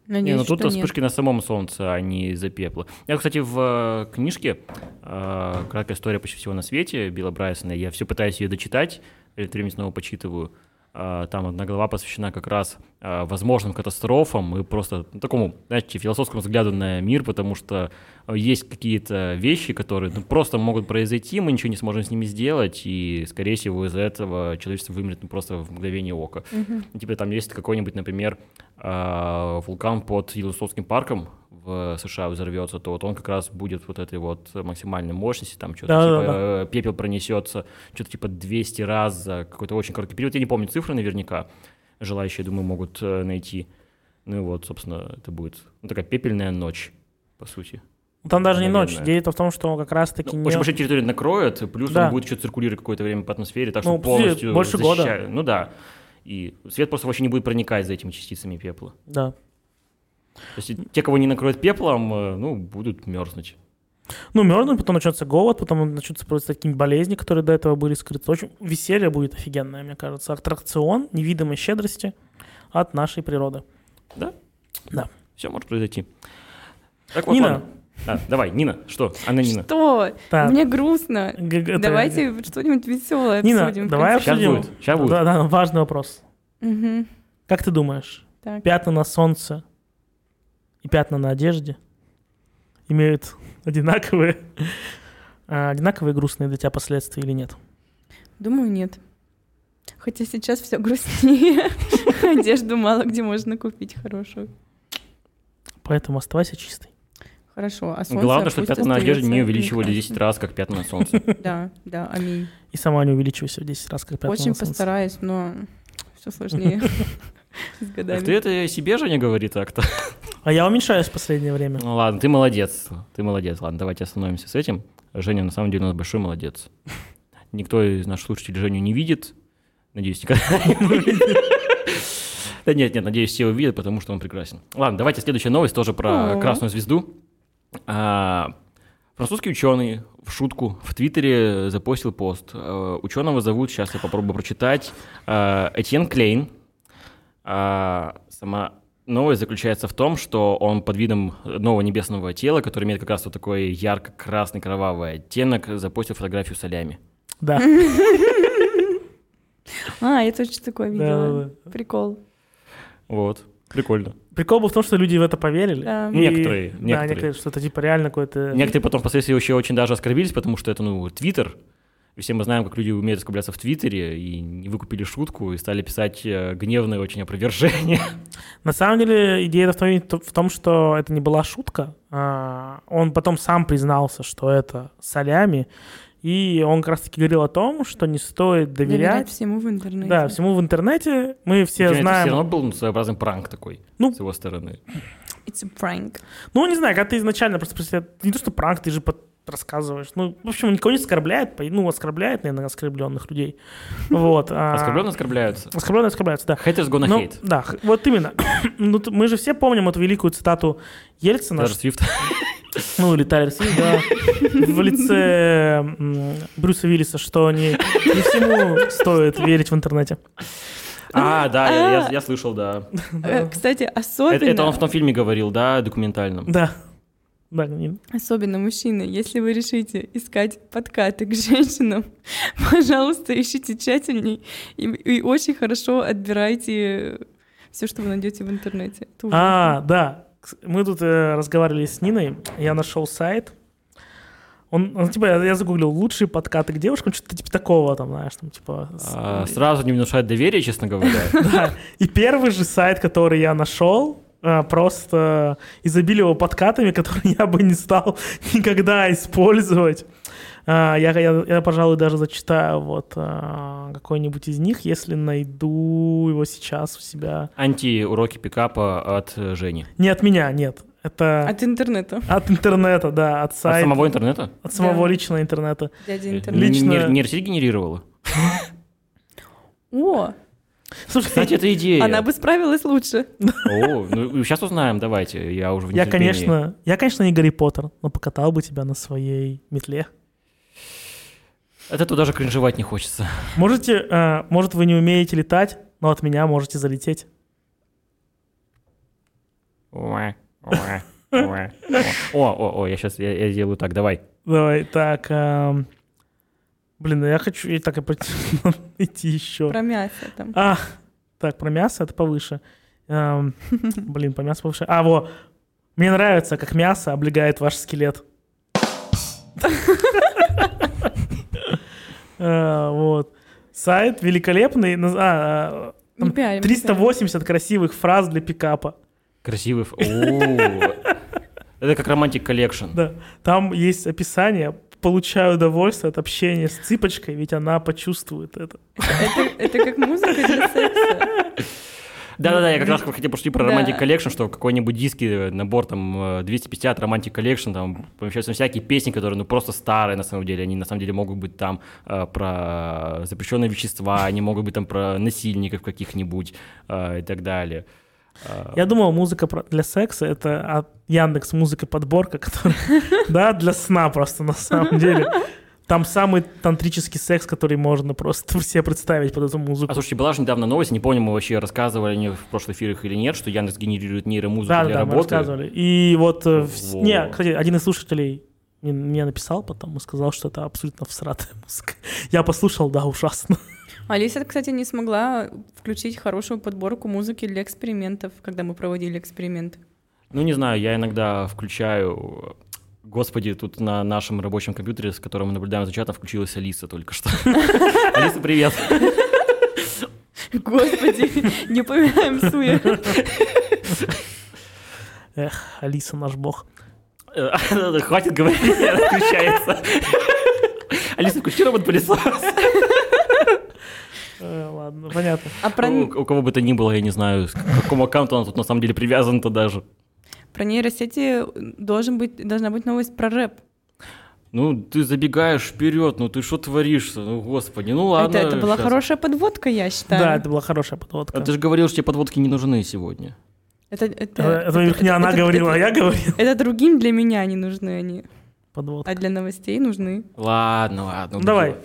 S1: Не,
S3: Надеюсь,
S1: ну тут
S3: что нет.
S1: вспышки на самом солнце, а не из-за пепла. Я, кстати, в э, книжке э, «Краткая история почти всего на свете» Билла Брайсона, я все пытаюсь ее дочитать, или время снова почитываю. А, Там одна глава посвящена как раз а, возможным катастрофам и просто ну, такому, знаете, философскому взгляду на мир, потому что а, есть какие-то вещи, которые ну, просто могут произойти, мы ничего не сможем с ними сделать, и, скорее всего, из-за этого человечество вымрет ну, просто в мгновение ока.
S3: Мгм.
S1: Ну, Типа там есть какой-нибудь, например, а, вулкан под Йеллоустонским парком в США взорвется, то вот он как раз будет вот этой вот максимальной мощности, там что-то
S2: Да-да-да.
S1: типа э, пепел пронесется что-то типа 200 раз за какой-то очень короткий период. Я не помню цифры наверняка, желающие, думаю, могут э, найти. Ну и вот, собственно, это будет ну, такая пепельная ночь, по сути.
S2: Ну, Там даже не ночь.
S1: Наверное.
S2: Дело в том, что как раз-таки
S1: Ну,
S2: не...
S1: Очень большие территории накроют, и плюс
S2: Да.
S1: он будет еще циркулировать какое-то время по атмосфере, так что
S2: Ну, подожди,
S1: полностью
S2: больше года.
S1: защищает. Ну да. И свет просто вообще не будет проникать за этими частицами пепла.
S2: Да.
S1: То есть и те, кого не накроют пеплом, э, ну, будут мерзнуть.
S2: Ну, мерзнут, потом начнется голод, потом начнутся просто такие болезни, которые до этого были скрыты. Очень веселье будет офигенное, мне кажется. Аттракцион невидимой щедрости от нашей природы.
S1: Все может произойти. Так вот,
S2: Нина.
S1: ладно. А, давай, Нина, что? Анна Нина.
S3: Что?
S2: Так.
S3: Мне грустно.
S2: Г- г- это-
S3: Давайте что-нибудь веселое
S2: Нина,
S3: обсудим. в
S2: давай
S3: конце.
S1: Сейчас
S2: обсудим.
S1: будет, сейчас будет.
S2: Да, да, важный вопрос.
S3: Мгм.
S2: Как ты думаешь,
S3: Так.
S2: пятна на солнце и пятна на одежде имеют одинаковые, а, одинаковые грустные для тебя последствия или нет?
S3: Думаю, нет. Хотя сейчас все грустнее. Одежду мало где можно купить хорошую.
S2: Поэтому оставайся чистой.
S3: Хорошо, а солнце
S1: Главное, что
S3: пусть
S1: пятна на одежде не
S3: остается
S1: увеличивали 10 раз, как пятна на солнце.
S3: прекрасным. Да, да, аминь.
S2: И сама не увеличивайся в 10 раз, как пятна
S3: Очень
S2: на солнце.
S3: постараюсь, но все сложнее с
S1: Так ты
S3: годами.
S1: это себе же не говори так-то.
S2: А я уменьшаюсь в последнее время.
S1: Ну ладно, ты молодец. Ты молодец. Ладно, давайте остановимся с этим. Женя, на самом деле, у нас большой молодец. Никто из наших слушателей Женю не видит. Надеюсь, никогда не увидит. Да нет, нет, надеюсь, все увидят, потому что он прекрасен. Ладно, давайте следующая новость тоже про
S3: О.
S1: красную звезду. А, Французский ученый в шутку в Твиттере запостил пост. Э, Ученого зовут, сейчас я попробую прочитать, э, Этьен Клейн. А, Сама новость заключается в том, что он под видом нового небесного тела, который имеет как раз вот такой ярко-красный кровавый оттенок, запостил фотографию солями.
S2: Да.
S3: А, я точно такое видела.
S2: Да, да, да.
S3: Прикол.
S1: Вот. Прикольно.
S2: Прикол был в том, что люди в это поверили.
S3: Да.
S2: И-
S1: Некоторые,
S2: Да,
S1: некоторые.
S2: некоторые, что это типа реально какое-то...
S1: Некоторые потом впоследствии еще очень даже оскорбились, потому что это, ну, Твиттер. И Все мы знаем, как люди умеют оскорбляться в Твиттере, и не выкупили шутку, и стали писать э, гневные очень опровержения.
S2: На самом деле идея в том, в том, что это не была шутка. А, Он потом сам признался, что это солями. И он как раз-таки говорил о том, что не стоит
S3: Доверять
S2: доверять.
S3: всему в интернете.
S2: Да, всему в интернете. Мы все
S1: Причем это
S2: знаем.
S1: все равно был ну, своеобразный пранк такой
S2: Ну.
S1: с его стороны.
S3: It's a prank.
S2: Ну, не знаю, когда ты изначально просто про себя- Не то, что пранк, ты же под- рассказываешь. Ну, в общем, никого не оскорбляет. по- Ну, оскорбляет, наверное, оскорбленных людей. Вот. а-
S1: Оскорбленные оскорбляются.
S2: Оскорбленные оскорбляются, да.
S1: Haters gonna
S2: Ну,
S1: hate.
S2: да, х- вот именно. Ну, т- мы же все помним эту великую цитату Ельцина,
S1: Даже Свифт.
S2: Ну, или Тайлер Свифт, да. В лице м, Брюса Виллиса, что не, не всему стоит верить в интернете.
S1: А, да, я- я- я слышал, да.
S2: Ну,
S3: Э, Кстати,
S1: Это, это он в
S3: особенно,
S1: том фильме говорил, да, документальном.
S2: Да. Да, не-
S3: особенно мужчины, если вы решите искать подкаты к женщинам, пожалуйста, ищите тщательней и, и очень хорошо отбирайте Все, что вы найдете в интернете. Это
S2: А,
S3: ужасно.
S2: да. Кс- Мы тут э, разговаривали с Ниной. Я нашел сайт. Он, он, типа, я, я загуглил лучшие подкаты к девушкам, что-то типа такого, там, знаешь, там, типа... с-
S1: А, Сразу не внушает доверия, честно говоря.
S2: Да. И первый же сайт, который я нашел, э, просто изобилие подкатами, которые я бы не стал никогда использовать. А, Я, я, я, пожалуй, даже зачитаю вот а, какой-нибудь из них, если найду его сейчас у себя.
S1: Анти-уроки пикапа от э, Жени.
S2: Не от меня, нет. Это
S3: От интернета.
S2: от интернета, да, от
S1: От
S2: сайта.
S1: самого интернета?
S2: От самого
S3: Да.
S2: личного интернета.
S3: Дядя
S1: Э,
S3: интернет.
S2: Лично-
S1: нейр- Нейросеть генерировала?
S3: О,
S2: Слушай,
S1: Кстати, это идея.
S3: она бы справилась лучше.
S1: О, ну сейчас узнаем, давайте. Я уже в
S2: я,
S1: нетерпении.
S2: конечно, я, конечно, не Гарри Поттер, но покатал бы тебя на своей метле.
S1: От этого даже кринжевать не хочется.
S2: Можете, э, может, вы не умеете летать, но от меня можете залететь.
S1: Уа, уа, уа, уа. О, о, о, я сейчас я, я сделаю так, давай.
S2: Давай, так. эм, блин, я хочу и так и пот- идти еще.
S3: Про мясо там.
S2: А, так, про мясо это повыше. Эм, блин, по мясу повыше. А, во. Мне нравится, как мясо облегает ваш скелет. Э, Вот. Сайт великолепный. наз- а, э,
S3: Не
S2: там
S3: пиарим, не
S2: 380 красивых фраз для пикапа.
S1: Красивый. ф- О, Это как романтик коллекшн.
S2: Да. Там есть описание. Получаю удовольствие от общения с цыпочкой, ведь она почувствует это.
S3: пиарим. Это, это как музыка для секса.
S1: Да-да-да, я как раз хотел пошли про
S3: Да.
S1: романтик коллекшн, что какой-нибудь диски, набор там э, 250 романтик коллекшн, там помещаются всякие песни, которые ну просто старые на самом деле, они на самом деле могут быть там э, про запрещенные вещества, они могут быть там про насильников каких-нибудь э, и так далее. Э,
S2: Я думал, музыка про- для секса это от Яндекс музыка подборка, которая, да, для сна просто на самом деле. Там самый тантрический секс, который можно просто все представить под эту
S1: А
S2: музыку.
S1: слушайте, была же недавно новость, не помню, мы вообще рассказывали о ней в прошлых эфирах или нет, что Яндекс генерирует нейромузыку
S2: Да,
S1: для
S2: да, мы
S1: работы.
S2: рассказывали. И вот, э, вс-
S1: Во.
S2: не, кстати, один из слушателей мне- мне написал потом и сказал, что это абсолютно всратая музыка. Я послушал, да, ужасно.
S3: Алиса, кстати, не смогла включить хорошую подборку музыки для экспериментов, когда мы проводили эксперимент.
S1: Ну, не знаю, я иногда включаю... Господи, тут на нашем рабочем компьютере, с которым мы наблюдаем за чатом, включилась Алиса только что. Алиса, привет.
S3: Господи, не поминаем суе.
S2: Алиса, наш бог.
S1: Э, Хватит говорить, она включается. Алиса, включи робот-пылесос.
S2: Э, Ладно, понятно.
S3: А про,
S1: У у кого бы то ни было, я не знаю, к какому аккаунту она тут на самом деле привязана-то даже.
S3: про нейросети должен быть, должна быть новость про рэп.
S1: Ну, ты забегаешь вперед, ну ты что творишь? Ну, господи, ну ладно.
S3: это, это была
S1: щас.
S3: хорошая подводка, я считаю.
S2: Да, это была хорошая подводка.
S1: А ты же говорил, что тебе подводки не нужны сегодня.
S3: Это, это,
S2: Э, Это не она
S3: это-
S2: говорила, а я говорил.
S3: Это другим для меня не нужны они,
S2: Подводка.
S3: а для новостей нужны.
S1: Ладно, ладно. ну убедила.
S2: Давай.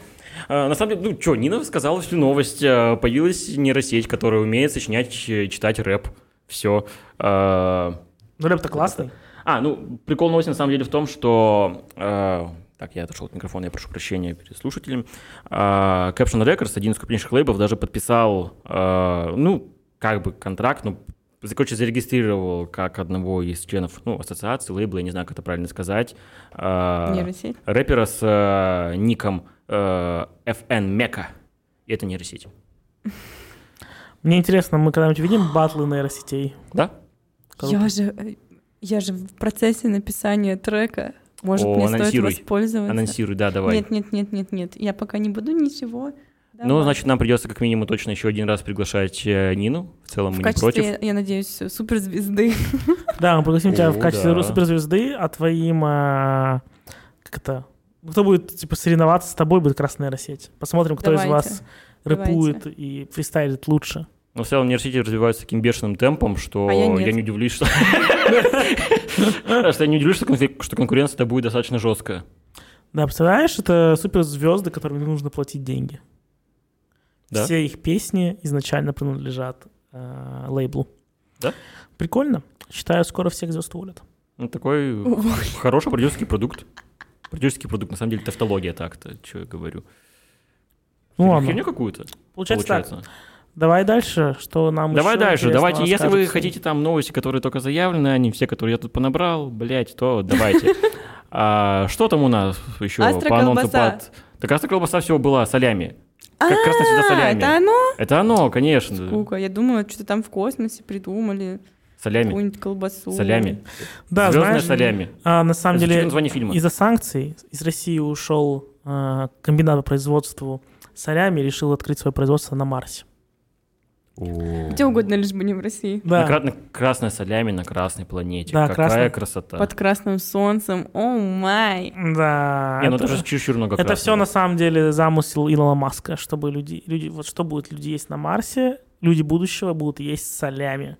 S1: А, На самом деле, ну что, Нина сказала всю новость. А, Появилась нейросеть, которая умеет сочинять и читать рэп. Все. А,
S2: Ну, рэп-то классный.
S1: а, ну, прикол новости на самом деле в том, что... э, так, я отошел от микрофона, я прошу прощения перед слушателем. А, Caption Records, один из крупнейших лейбов, даже подписал, э, ну, как бы контракт, ну, за- короче, зарегистрировал как одного из членов, ну, ассоциации, лейбла, я не знаю, как это правильно сказать. э,
S3: Нейросеть.
S1: рэпера с э, ником э, FN Мека. И это нейросеть.
S2: Мне интересно, мы когда-нибудь видим батлы нейросетей?
S1: Да?
S2: Круто.
S3: Я же, э, я же в процессе написания трека. Может,
S1: О,
S3: мне стоит
S1: анонсируй.
S3: воспользоваться?
S1: Анонсируй, да, давай.
S3: Ну, Нет, нет, нет, нет, нет. Я пока не буду ничего.
S1: Ну,
S3: давать.
S1: значит, нам придется как минимум точно еще один раз приглашать э, Нину. В целом мы
S3: в
S1: не против.
S3: качестве, я надеюсь, суперзвезды.
S2: Да, мы пригласим тебя в
S1: О,
S2: качестве
S1: да.
S2: суперзвезды, а твоим... а, Как это? Ну, Кто будет, типа, соревноваться с тобой, будет красная нейросеть. Посмотрим, кто из
S3: Давайте,
S2: вас рэпует и фристайлит лучше.
S1: Но в целом нейросети развиваются таким бешеным темпом, что
S3: А я нет.
S1: не удивлюсь, что... Что я не удивлюсь, что конфи- что конкуренция-то будет достаточно жесткая.
S2: Да, представляешь, это суперзвезды, которым не нужно платить деньги.
S1: Да.
S2: Все их песни изначально принадлежат э, лейблу.
S1: Да?
S2: Прикольно. Считаю, скоро всех звезд уволят.
S1: Ну, такой хороший продюсерский продукт. Продюсерский продукт, на самом деле, тавтология так-то, что я говорю.
S2: Ну ладно.
S1: Херню какую-то,
S2: Получается, так.
S1: получается.
S2: Давай дальше, Ну что нам
S1: Давай
S2: ещё
S1: дальше,
S2: интересного
S1: давайте, если вы
S2: расскажете?
S1: хотите там новости, которые только заявлены, они все, которые я тут понабрал, блядь, то давайте. А, Что там у нас еще
S3: Астра
S1: по анонсу?
S3: колбаса.
S1: под- Так астра колбаса всего была, солями.
S3: А,
S1: Как красная звезда солями.
S3: это оно?
S1: Это оно, конечно.
S3: Скука. Я думала, что-то там в космосе придумали.
S1: Солями.
S3: Какую-нибудь колбасу.
S1: Солями.
S2: Да,
S1: Звездная
S2: знаешь,
S1: солями.
S2: а, на самом
S1: Это
S2: деле,
S1: название фильма.
S2: из-за санкций из России ушел а, комбинат по производству солями и решил открыть свое производство на Марсе.
S1: О.
S3: Где угодно, лишь бы не в России.
S2: Да.
S1: На кра- на красной солями на красной планете.
S2: Да,
S1: Какая
S2: красная-
S1: красота.
S3: Под красным солнцем. О май.
S2: Да.
S1: Не, ну
S2: это-
S1: это же чересчур много
S2: Это
S1: красного.
S2: все на самом деле замысел Илона Маска, чтобы люди, люди, вот что будет люди есть на Марсе, люди будущего будут есть солями.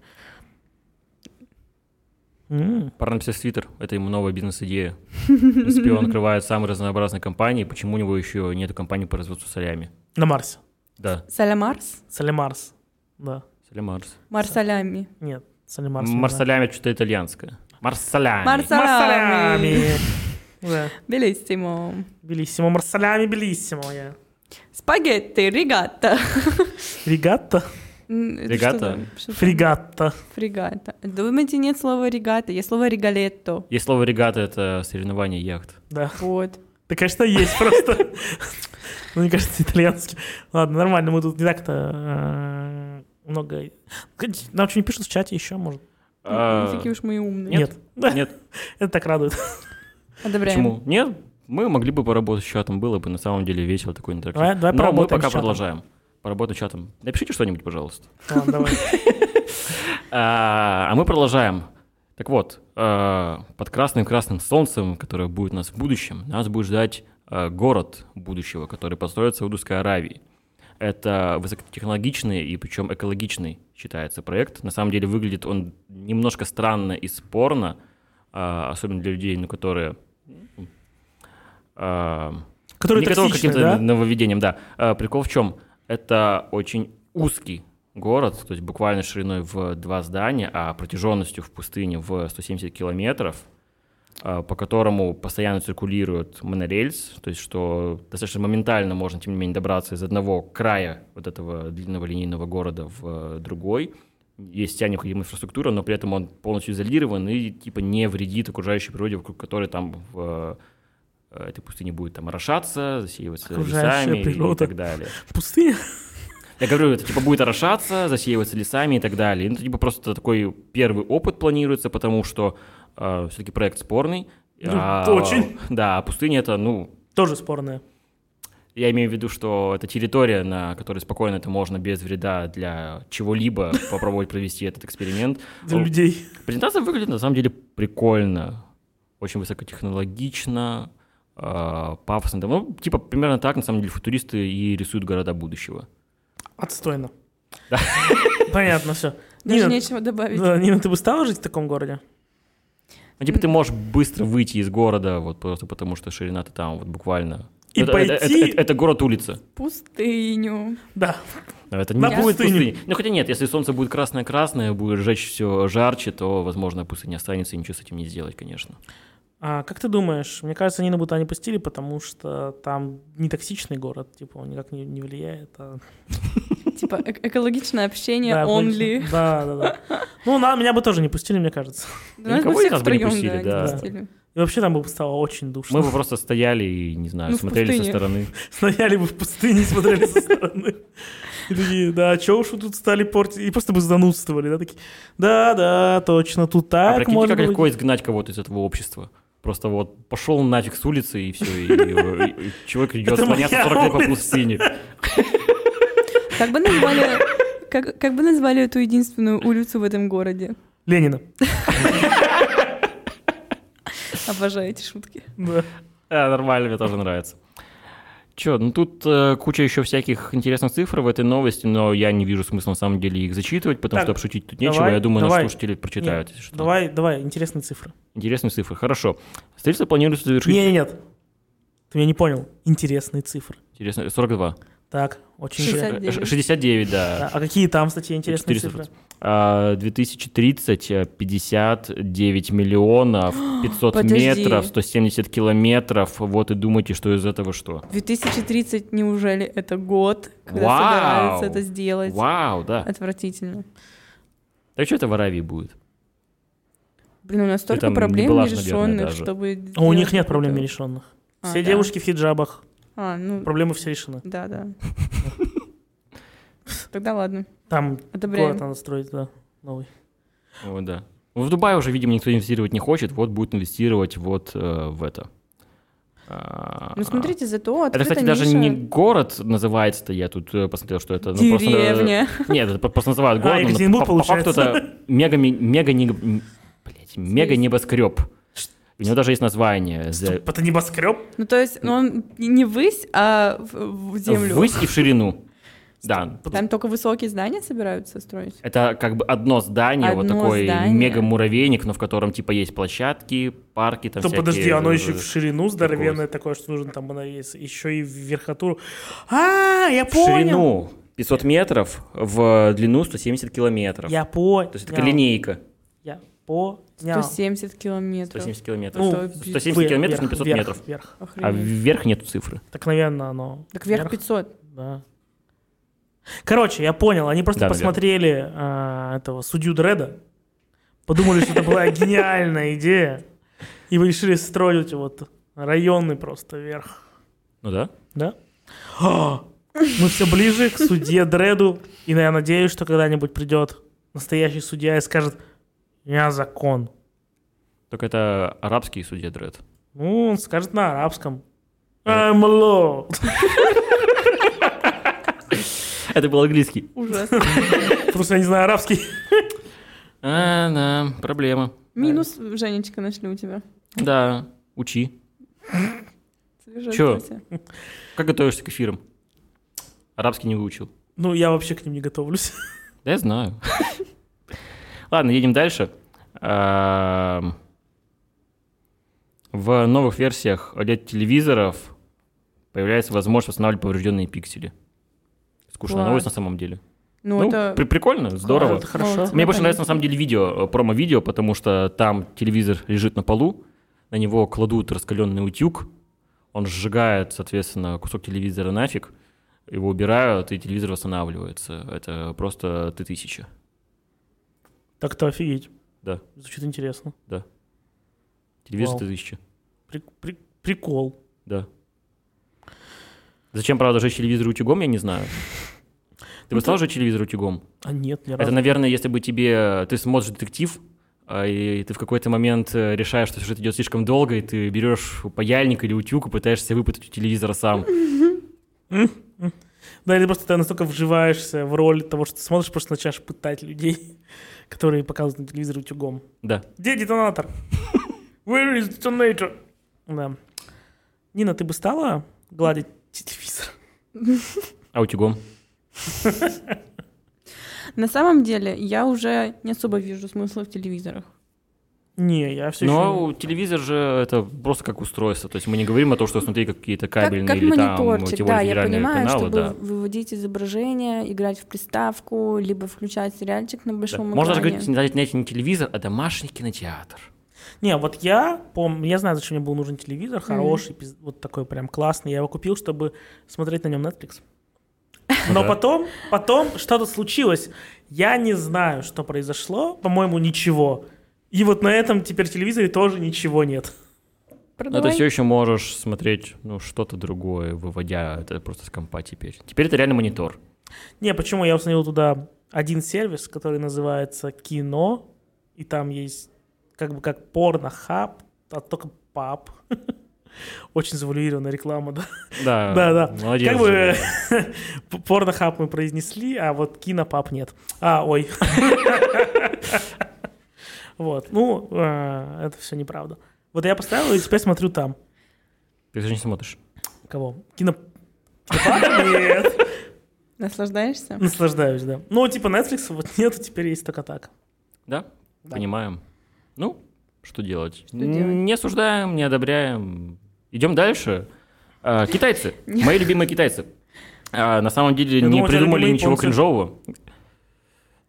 S2: М,
S1: Парень написал в Твиттер. Это ему новая бизнес-идея. В принципе, он открывает самые разнообразные компании. Почему у него еще нету компании по производству солями?
S2: На Марсе.
S1: Да,
S3: Саля Марс?
S2: Солемарс. Да.
S1: Солемарс.
S3: Марсалями.
S2: Нет, Солемарс. не знаю.
S1: Марсалями что-то итальянское. Марсалями.
S3: Марсалями.
S2: Марсалями. Да.
S3: Белиссимо.
S2: Белиссимо, Марсалями, Белиссимо. я.
S3: Спагетти, регатта.
S2: Регатта?
S3: М, это
S1: Регата?
S3: что там? Что там?
S2: Фрегатта.
S3: Фрегата. Думаете, нет слова регата? Есть слово регалетто.
S1: Есть слово регата, это соревнование яхт.
S2: Да.
S3: Вот.
S2: Да, конечно, есть просто. Ну, мне кажется, итальянский. Ладно, нормально, мы тут не так-то э, много... Нам что-нибудь пишут в чате еще, может?
S1: А,
S3: Не Ну, такие уж мы и умные.
S1: Нет. Нет,
S2: Это так радует.
S3: Одобряем.
S1: почему? Нет, мы могли бы поработать с чатом, было бы на самом деле весело такой интерактив.
S2: Давай- давай
S1: Но Ну, мы
S2: поработаем
S1: пока
S2: с чатом.
S1: продолжаем. Поработать с чатом. Напишите что-нибудь, пожалуйста.
S2: Ладно, давай.
S1: А а мы продолжаем. Так вот, э, под красным-красным солнцем, которое будет нас в будущем, нас будет ждать э, город будущего, который построится в Удусской Аравии. Это высокотехнологичный и причем экологичный считается проект. На самом деле выглядит он немножко странно и спорно, а, особенно для людей, ну, которые... м, а,
S2: Который
S1: не готовы к
S2: токсичный,
S1: каким-то
S2: да?
S1: нововведениям, да. А, прикол в чем? Это очень узкий город, то есть буквально шириной в два здания, а протяженностью в пустыне в 170 километров, а, э, по которому постоянно циркулирует монорельс, то есть что достаточно моментально можно, тем не менее, добраться из одного края вот этого длинного линейного города в э, другой. Есть вся необходимая инфраструктура, но при этом он полностью изолирован и типа не вредит окружающей природе, вокруг которой там в э, этой пустыне будет там орошаться, засеиваться
S2: Окружающая
S1: лесами и
S2: природа.
S1: так далее.
S2: Пустыня?
S1: Я говорю, это типа будет орошаться, засеиваться лесами и так далее. Ну, это типа просто такой первый опыт планируется, потому что все-таки проект спорный.
S2: Ну,
S1: А,
S2: очень.
S1: Да, а пустыня это, ну,
S2: Тоже спорная.
S1: я имею в виду, что это территория, на которой спокойно это можно без вреда для чего-либо попробовать провести этот эксперимент.
S2: Для
S1: Ну,
S2: людей.
S1: Презентация выглядит на самом деле прикольно, очень высокотехнологично, э, пафосно. Да, Ну, типа примерно так, на самом деле, футуристы и рисуют города будущего.
S2: Отстойно.
S1: Да.
S2: Понятно, все.
S3: Даже
S2: Нина,
S3: нечего добавить.
S2: да, Нина, ты бы стала жить в таком городе?
S1: Ну, типа ты можешь быстро выйти из города, вот просто потому что ширина ты там вот буквально...
S2: И
S1: это,
S2: пойти-
S1: это- это- это город-улица.
S3: Пустыню.
S2: Да.
S1: Но Это
S2: На
S1: не будет
S2: пустыню.
S1: пустыни. Ну, хотя нет, если солнце будет красное-красное, будет жечь все жарче, то, возможно, пустыня останется, и ничего с этим не сделать, конечно.
S2: А как ты думаешь? Мне кажется, Нину бы туда не пустили, потому что там не токсичный город, типа он никак не, не влияет. а-
S3: Типа эк- экологичное общение
S2: Да,
S3: only.
S2: обычно. Да, да, да. Ну, на, меня бы тоже не пустили, мне кажется.
S3: Да нас бы
S1: Никого из
S3: всех
S1: нас бы не
S3: втроём,
S1: пустили, да.
S3: не пустили.
S2: И вообще там бы стало очень душно.
S1: Мы бы просто стояли и, не знаю,
S3: Ну, в
S1: смотрели со
S3: пустыне.
S1: стороны.
S2: Стояли бы в пустыне, и смотрели со стороны. И такие, да, а чё уж вы тут стали портить? И просто бы занудствовали, да, такие, да, да, точно, тут
S1: А
S2: так
S1: прикиньте,
S2: можно
S1: как легко
S2: быть.
S1: изгнать кого-то из этого общества. Просто вот пошел нафиг с улицы, и все, и, и- и человек идет
S2: Это моя
S1: слоняться 40 лет по
S2: улица.
S1: пустыне.
S3: Как бы назвали... Как, как бы назвали эту единственную улицу в этом городе?
S2: Ленина.
S3: Обожаю эти шутки.
S2: Да.
S1: А, нормально, мне тоже нравится. Че, ну тут э, куча еще всяких интересных цифр в этой новости, но я не вижу смысла на самом деле их зачитывать, потому
S2: Так,
S1: что обшутить тут нечего.
S2: давай,
S1: я думаю,
S2: давай.
S1: наши слушатели прочитают. если что.
S2: Давай, давай, интересные цифры.
S1: Интересные цифры. Хорошо. Строительство планируется завершить...
S2: Не, не, нет. Ты меня не понял. Интересные цифры.
S1: Интересно, Э, 42.
S2: Так, очень интересно.
S1: 69,
S3: 69.
S1: 69
S2: Да,
S1: да.
S2: А какие там, кстати, интересные
S1: 400
S2: цифры?
S1: А, 2030, э, 59 миллионов, 500
S3: Подожди.
S1: метров, 170 километров. Вот и думайте, что из этого что.
S3: 2030, неужели это год, когда
S1: Вау!
S3: собираются это сделать?
S1: Вау, да.
S3: Отвратительно.
S1: Так что это в Аравии будет?
S3: Блин, у нас столько
S1: там не
S3: проблем
S1: была ж, наверное,
S3: нерешенных,
S1: даже.
S3: чтобы...
S2: А у них
S3: делать
S2: нет проблем
S3: это.
S2: нерешенных.
S3: А,
S2: Все
S3: да.
S2: девушки в хиджабах,
S3: А, ну,
S2: проблемы все решены.
S3: да, да. Тогда ладно,
S2: Там город
S3: одобряем.
S2: надо строить, да, новый.
S1: Вот, да. Ну, В Дубае уже, видимо, никто инвестировать не хочет, вот будет инвестировать вот э, в это. А,
S3: Ну, смотрите, зато
S1: Это,
S3: открыта
S1: кстати, даже
S3: ниша.
S1: не город называется-то, я тут э, посмотрел, что это... ну, просто, э,
S3: Деревня.
S1: Нет, это просто называют
S2: А,
S1: город, но
S2: Екатеринбург,
S1: по- по факту это мега, ми- мега, не- м, блядь, мега небоскреб. У него даже есть название. The-
S2: Это небоскреб?
S3: Ну, то есть, ну, он не ввысь, а в, в землю.
S1: Ввысь и в ширину. Да.
S3: Там только высокие здания собираются строить.
S1: Это как бы одно здание, вот
S3: Одно
S1: такой
S3: здание.
S1: мега-муравейник, но в котором типа есть площадки, парки, там
S2: То
S1: всякие,
S2: подожди, оно
S1: э,
S2: еще в ширину здоровенное такое, что нужно там анализ, еще и в верхотуру. А, я
S1: в
S2: понял.
S1: ширину 500 метров, в длину 170 километров.
S2: Я понял.
S1: То есть это такая линейка.
S2: Я понял.
S3: 170 километров.
S1: 170 километров.
S2: Ну,
S1: 170
S2: вверх,
S1: километров на 500
S2: вверх,
S1: метров.
S2: Вверх.
S1: А
S3: Охренеть.
S1: вверх нету цифры.
S2: Так, наверное, оно.
S3: Так вверх 500.
S2: Да. Короче, я понял. Они просто
S1: Да, наверное.
S2: посмотрели а, этого судью Дреда, подумали, что это была гениальная идея, и вы решили строить вот районный просто вверх.
S1: Ну да.
S2: Да? А, Мы все ближе к судье Дреду, и я надеюсь, что когда-нибудь придет настоящий судья и скажет, я закон.
S1: Только это арабский судья Дред.
S2: Ну, он скажет на арабском. I'm law.
S1: Это был английский.
S3: Ужасно.
S2: Просто я не знаю арабский.
S1: А, да, проблема.
S3: Минус, Женечка, нашли у тебя.
S1: Да, учи.
S3: Свежо,
S1: Чё?
S3: кстати.
S1: Как готовишься к эфирам? Арабский не выучил.
S2: Ну, я вообще к ним не готовлюсь.
S1: Да я знаю. Ладно, едем дальше. Эм, В новых версиях OLED-телевизоров появляется возможность восстанавливать поврежденные пиксели. Скучная
S3: Класс.
S1: новость на самом деле.
S3: Ну,
S1: Ну,
S3: это...
S1: при- прикольно, здорово.
S2: Это хорошо.
S3: Молодцы,
S1: Мне больше
S3: наконец-то.
S1: нравится на самом деле видео, э, промо-видео, потому что там телевизор лежит на полу, на него кладут раскаленный утюг, он сжигает, соответственно, кусок телевизора нафиг, его убирают, и телевизор восстанавливается. Это просто ты тысяча.
S2: Так-то офигеть.
S1: Да.
S2: Звучит интересно.
S1: Телевизор
S2: Вау.
S1: ты тысяча.
S2: При- при- прикол.
S1: Да. Зачем, правда, жечь телевизор утюгом, я не знаю. Ты
S3: Ну,
S1: бы стал жечь телевизор утюгом?
S2: А нет, ни
S1: Это,
S2: разу.
S1: наверное, если бы тебе... э, Ты смотришь детектив, а, и ты в какой-то момент э, решаешь, что сюжет идет слишком долго, и ты берешь паяльник или утюг и пытаешься выпутать у телевизора сам.
S2: Да, или просто ты настолько вживаешься в роль того, что ты смотришь, просто начинаешь пытать людей, которые показывают на телевизоре утюгом.
S1: Да.
S2: Где детонатор? Where is detonator? Да. Нина, ты бы стала гладить телевизор?
S1: А утюгом?
S3: На самом деле, я уже не особо вижу смысла в телевизорах.
S2: Не, я все
S1: Но
S3: ну
S2: еще...
S1: у- телевизор же это просто как устройство. То есть мы не говорим о том, что смотри какие-то
S3: Как,
S1: кабельные
S3: как
S1: или там
S3: мониторчик, да,
S1: теории
S3: я
S1: федеральные
S3: понимаю,
S1: каналы,
S3: чтобы
S1: да.
S3: выводить изображение, играть в приставку, либо включать сериальчик на
S1: Да.
S3: большом экране.
S1: Можно даже говорить, не- не не телевизор, а домашний кинотеатр.
S2: Не, вот я помню, я знаю, зачем мне был нужен телевизор, хороший, пиз- вот такой прям классный. Я его купил, чтобы смотреть на нем Netflix.
S3: Ну,
S2: Но
S1: Да.
S2: потом, потом что-то случилось. Я не знаю, что произошло. По-моему, ничего. И вот на этом теперь телевизоре тоже ничего нет.
S1: Но ты
S3: Продавай.
S1: все еще можешь смотреть ну, что-то другое, выводя это просто с компа теперь. Теперь это реально монитор.
S2: Не, почему я установил туда один сервис, который называется Кино, и там есть как бы как порнохаб, а только пап. Очень завуалированная реклама, да?
S1: Да, э,
S2: Да, да.
S1: Молодец.
S2: Как бы,
S1: Женя.
S2: П- Порнохаб мы произнесли, а вот кинопап нет. А, ой. Вот, ну, э, это все неправда. Вот я поставил и теперь смотрю там.
S1: Ты же не смотришь.
S2: Кого? Кино... Кинопап? Нет.
S3: Наслаждаешься?
S2: Наслаждаюсь, да. Ну, типа Netflix вот нету, теперь есть только так.
S1: Да?
S2: Да.
S1: Понимаем. Ну, что делать?
S3: делать?
S1: Н- Не осуждаем, не одобряем. Идем дальше. А, китайцы. Мои любимые китайцы. А, на самом деле
S2: Я
S1: не
S2: думал, у тебя
S1: придумали
S2: любимые
S1: ничего
S2: японцы.
S1: кринжового.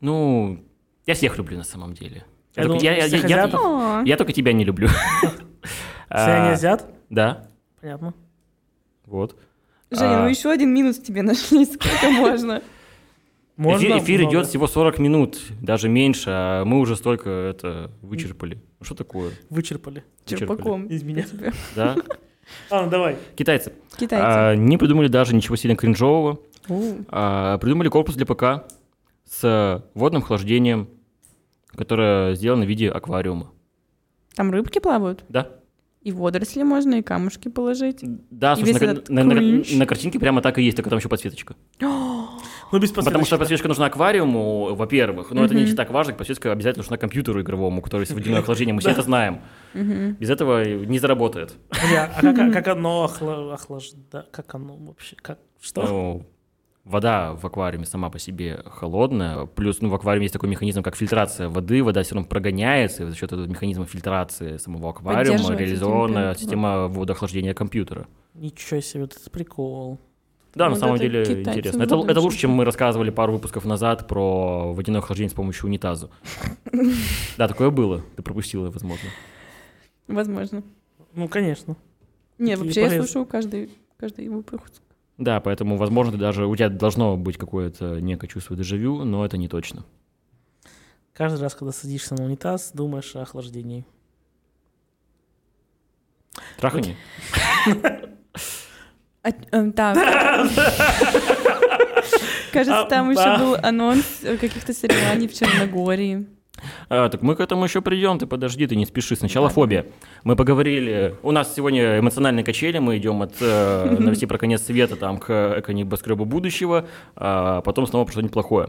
S1: Ну, я всех люблю на самом деле.
S2: Я
S1: только-
S2: думал, всех азиатов?
S3: О,
S1: я только тебя не люблю.
S2: Все
S1: А,
S2: они азиат?
S1: Да,
S2: Понятно.
S1: вот.
S3: Женя,
S1: А. Ну,
S3: ну еще один минус тебе нашли, сколько можно.
S2: Можно
S1: эфир эфир
S2: много?
S1: идет всего 40 минут, даже меньше, а мы уже столько это вычерпали. Ну, Что такое?
S2: Вычерпали
S1: Вычерпали.
S3: Черпаком.
S2: из меня.
S3: Тебя.
S1: Да?
S2: Ладно, давай.
S1: Китайцы.
S3: Китайцы.
S1: А, Не придумали даже ничего сильно кринжового.
S3: У,
S1: А, Придумали корпус для ПК с водным охлаждением, которое сделано в виде аквариума.
S3: Там рыбки плавают.
S1: Да?
S3: И водоросли можно, и камушки положить.
S1: Да,
S3: И весь
S1: собственно,
S3: этот
S1: на, на-
S3: кринж.
S1: на картинке прямо так и есть, только там еще подсветочка.
S2: Ну, без
S1: Потому что
S2: посредочек.
S1: подсветочка нужна аквариуму, во-первых, но это не
S3: Мгм.
S1: так важно, подсветочка обязательно нужна компьютеру игровому, который с водяное охлаждением, мы все это знаем.
S3: Мгм.
S1: Без этого не заработает.
S2: Подожди, А как- а как оно охла- охлажда... Как оно вообще? Как... Что?
S1: Ну, вода в аквариуме сама по себе холодная, плюс ну, в аквариуме есть такой механизм, как фильтрация воды, вода все равно прогоняется, и за счет этого механизма фильтрации самого аквариума
S3: Поддерживается
S1: реализована
S3: температура.
S1: система водоохлаждения компьютера.
S2: Ничего себе, вот это прикол.
S1: Да,
S3: Ну,
S1: на
S3: вот
S1: самом
S3: это
S1: деле
S3: китайцам
S1: интересно. Это, это
S3: выдумчиво.
S1: лучше, чем мы рассказывали пару выпусков назад про водяное охлаждение с помощью унитаза. Да, такое было. Ты пропустила, возможно.
S3: Возможно.
S2: Ну, конечно.
S3: Не,
S2: Такие
S3: вообще я
S2: полезные.
S3: слушаю каждый каждый выпуск.
S1: Да, поэтому, возможно, ты даже у тебя должно быть какое-то некое чувство дежавю, но это не точно.
S2: Каждый раз, когда садишься на унитаз, думаешь о охлаждении.
S1: Трахани?
S2: э,
S3: А, эм, так. Кажется,
S2: А,
S3: там еще
S2: а.
S3: был анонс э, каких-то соревнований в Черногории.
S1: А, так мы к этому еще придем, ты подожди, ты не спеши. Сначала
S3: Да.
S1: фобия. Мы поговорили, у нас сегодня эмоциональные качели, мы идем от э, новостей про конец света там к эко-небоскребу будущего, а потом снова про что-нибудь плохое.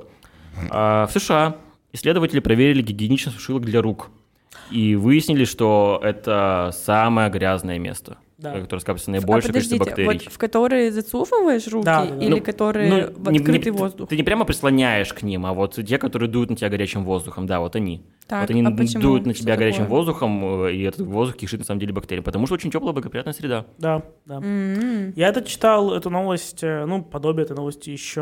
S1: А, в США исследователи проверили гигиеничность сушилок для рук и выяснили, что это самое грязное место,
S2: Да.
S1: которое скапливается
S3: А
S1: наибольшее количество
S3: подождите,
S1: бактерий.
S3: вот в которые зацуфываешь руки
S2: Да, да, да.
S1: Ну,
S3: или
S1: ну,
S3: которые в
S1: Ну, не- не- ты-
S3: открытый воздух?
S1: Ты не прямо прислоняешь к ним, а вот те, которые дуют на тебя горячим воздухом, да, вот они.
S3: Так,
S1: вот они
S3: а почему?
S1: дуют на
S3: Что
S1: тебя горячим
S3: такое?
S1: воздухом, э, и этот воздух кишит на самом деле бактерии, потому что очень теплая благоприятная среда.
S2: Да, да.
S3: М-м.
S2: Я это читал, эту новость, э, ну, подобие этой новости еще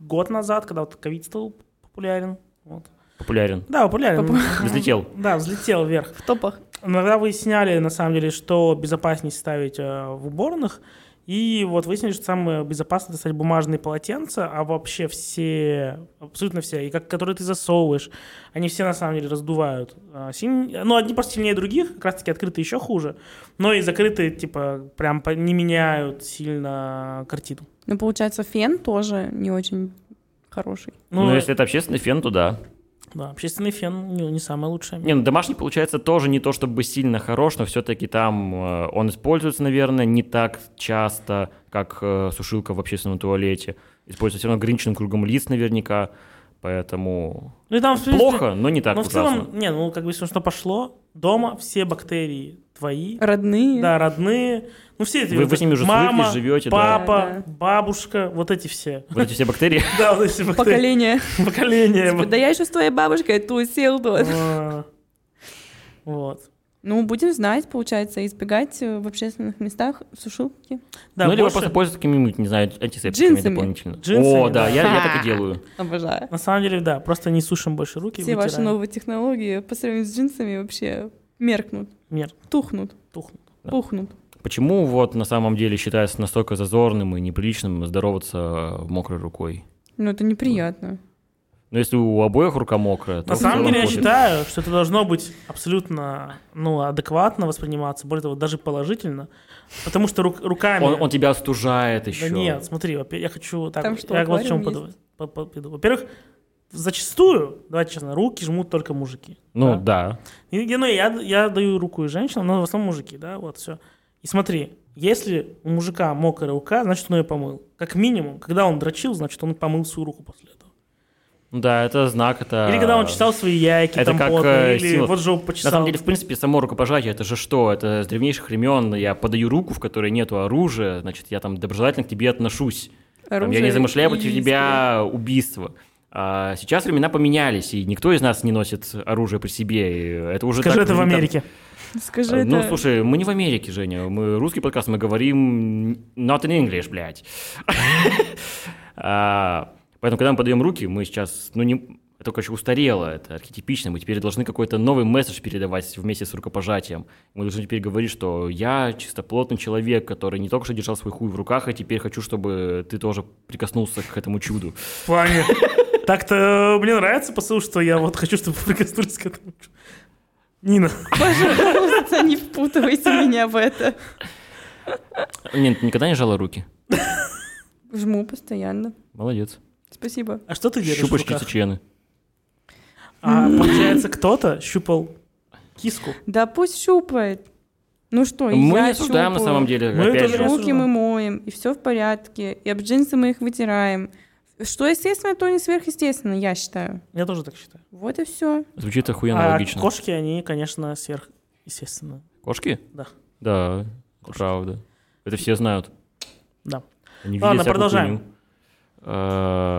S2: год назад, когда вот ковид стал популярен. Вот.
S1: Популярен.
S2: Да, популярен.
S1: Взлетел.
S2: Да, взлетел вверх.
S3: В топах.
S2: Иногда выясняли, на самом деле, что безопаснее ставить э, в уборных. И вот выяснили, что самое безопасное это, кстати, бумажные полотенца, а вообще все, абсолютно все, и как, которые ты засовываешь, они все на самом деле раздувают. А, син- Ну, одни просто сильнее других, как раз-таки открытые еще хуже. Но и закрытые, типа, прям по- не меняют сильно картину.
S3: Ну, получается, фен тоже не очень хороший.
S1: Ну,
S2: Ну,
S1: если это общественный фен, то да.
S2: да, общественный фен не, не самое лучшее.
S1: Не, ну домашний, получается, тоже не то чтобы сильно хорош, но все-таки там э, он используется, наверное, не так часто, как э, сушилка в общественном туалете. Используется все равно ограниченным кругом лиц наверняка, поэтому
S2: Ну, и там, в принципе,
S1: плохо, но не так
S2: Ну, в
S1: ужасно.
S2: целом, не, ну, как бы, если что пошло, дома все бактерии твои,
S3: Родные.
S2: Да, родные. Ну, все эти.
S1: Вы-
S2: вот
S1: вы с ними уже
S2: мама,
S1: свыклись, живете, да.
S2: Папа,
S3: Да,
S2: бабушка, вот эти все.
S1: Вот эти все бактерии.
S2: Да, вот эти бактерии.
S3: Поколение.
S2: Поколение.
S3: Типа, Да я еще с твоей бабушкой тусил тут.
S2: А, Вот.
S3: Ну, будем знать, получается, избегать э, в общественных местах сушилки.
S2: Да,
S1: ну, либо
S2: больше-
S1: просто пользуются какими-нибудь, не знаю, антисептиками
S3: Джинсами.
S1: дополнительно.
S2: Джинсами,
S1: О, да,
S2: да.
S1: Я, я так и делаю.
S3: Обожаю.
S2: На самом деле, да, просто не сушим больше руки.
S3: Все ваши
S2: вытираем.
S3: новые технологии по сравнению с джинсами вообще меркнут,
S2: Мер,
S3: тухнут,
S2: тухнут.
S1: Да.
S3: пухнут.
S1: Почему вот на самом деле считается настолько зазорным и неприличным здороваться э, мокрой рукой?
S3: Ну, это неприятно.
S1: Ну, если у обоих рука мокрая, то...
S2: На
S1: в
S2: самом
S1: целом
S2: деле, я
S1: пофиг.
S2: считаю, что это должно быть абсолютно, ну, адекватно восприниматься, более того, даже положительно, потому что рук- руками...
S1: Он, он тебя остужает еще.
S2: Да нет, смотри, во-пе- я хочу так,
S3: Там
S2: вот,
S3: что,
S2: я вот в чем
S3: аквариум
S2: подумал. По- по- подумал. Во-первых, зачастую, давайте честно, руки жмут только мужики.
S1: Ну,
S2: да.
S1: да.
S2: И- и, ну, я, я даю руку и женщинам, но в основном мужики, да, вот все. И смотри, если у мужика мокрая рука, значит, он ее помыл. Как минимум, когда он дрочил, значит, он помыл свою руку после этого.
S1: Ну Да, это знак, это...
S2: Или когда он читал свои яйки,
S1: А, это
S2: там
S1: как,
S2: потные,
S1: э,
S2: или
S1: сила.
S2: вот жопу
S1: На
S2: почесал.
S1: самом деле, в принципе, само рукопожатие, это же что? Это с древнейших времен я подаю руку, в которой нету оружия, значит, я там доброжелательно к тебе отношусь. Там, я не
S3: Оружие
S1: замышляю
S3: и
S1: против
S3: искры.
S1: тебя убийство. А сейчас времена поменялись, и никто из нас не носит оружие при себе. и это уже
S2: Скажи
S1: так
S2: это в
S1: принято.
S2: Америке.
S3: Скажи
S1: Ну,
S3: это.
S1: слушай, мы не в Америке, Женя. Мы русский подкаст, мы говорим not in English, блядь. А, Поэтому, когда мы подаем руки, мы сейчас, ну, не, это очень устарело, это архетипично. Мы теперь должны какой-то новый месседж передавать вместе с рукопожатием. Мы должны теперь говорить, что я чистоплотный человек, который не только что держал свой хуй в руках, а теперь хочу, чтобы ты тоже прикоснулся к этому чуду.
S2: В плане. Так-то э, мне нравится посыл, что я вот хочу, чтобы вы прикоснулись к этому. Нина,
S3: Пожалуйста, не впутывайте меня в это.
S1: Нет, ты никогда не жала руки?
S3: Жму постоянно.
S1: Молодец.
S3: Спасибо.
S2: а что ты держишь в
S1: Щупаешь
S2: руках?
S1: члены.
S2: А, получается, кто-то щупал киску.
S3: Да пусть щупает. Ну что,
S1: Мы
S3: я
S1: не осуждаем на
S3: щупаю.
S1: самом деле.
S2: Мы
S1: опять
S2: тоже
S1: же.
S2: не
S3: Руки
S2: осуждаем.
S3: мы моем, и все в порядке. И об джинсы мы их вытираем. Что естественно, то не сверхъестественно, я считаю.
S2: Я тоже так считаю.
S3: Вот и все.
S1: Звучит охуенно
S2: А
S1: логично.
S2: кошки, они, конечно, сверх... Естественно.
S1: Кошки?
S2: Да.
S1: Да, правда. Это все знают.
S2: Да.
S1: Они
S2: Ладно,
S1: видели всякую
S2: продолжаем.
S1: хуйню.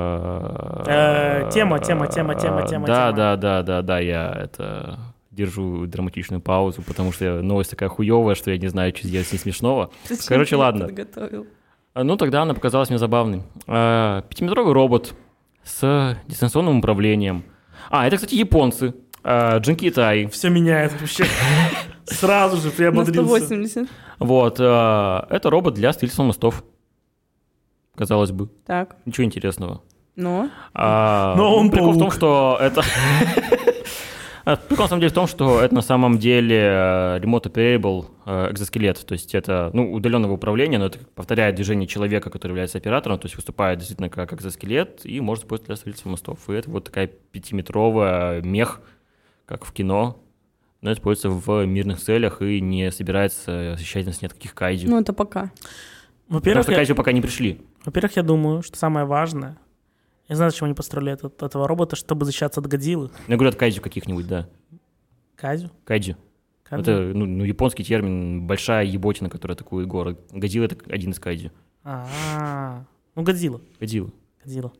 S1: Э,
S2: Э, тема, тема, тема, тема,
S1: Да,
S2: тема, тема.
S1: да, да, да, да, я это держу драматичную паузу, потому что я- новость такая хуевая, что я не знаю, что сделать с ней смешного.
S3: Зачем
S1: Короче,
S3: ты это
S1: ладно.
S3: подготовил?
S1: А, Ну, тогда она показалась мне забавной. Э, Пятиметровый робот с дистанционным управлением. А, это, кстати, японцы. Э, Джинкитай.
S2: Все меняет вообще. Сразу же
S3: На
S2: приободрился.
S3: 180.
S1: Вот, э, это робот для строительства мостов. Казалось бы,
S3: Так,
S1: ничего интересного.
S3: но...
S1: А,
S2: Но он
S1: прикол в том,
S2: паук.
S1: что это... А, Прикол на самом деле в том, что это на самом деле э, remote operable э, экзоскелет, то есть это ну, удаленного управления, но это повторяет движение человека, который является оператором, то есть выступает действительно как экзоскелет и может использовать для строительства мостов. И это вот такая пятиметровая мех, как в кино, но используется в мирных целях и не собирается защищать нас ни от каких кайдзю.
S3: Ну, это пока.
S1: Потому
S2: Во-первых,
S1: что
S2: я-
S1: кайдзю пока не пришли.
S2: во-первых, я думаю, что самое важное... Я знаю, зачем они построили этот- этого робота, чтобы защищаться от Годзиллы.
S1: Ну, я говорю, от кайдзю каких-нибудь, да.
S2: Казю.
S1: Кайдзю.
S2: Казю.
S1: Это ну, ну, японский термин, большая еботина, которая атакует город. Годзилла — это один из кайдзю.
S2: А, Ну, Годзилла.
S1: Годзилла.
S2: Годзилла.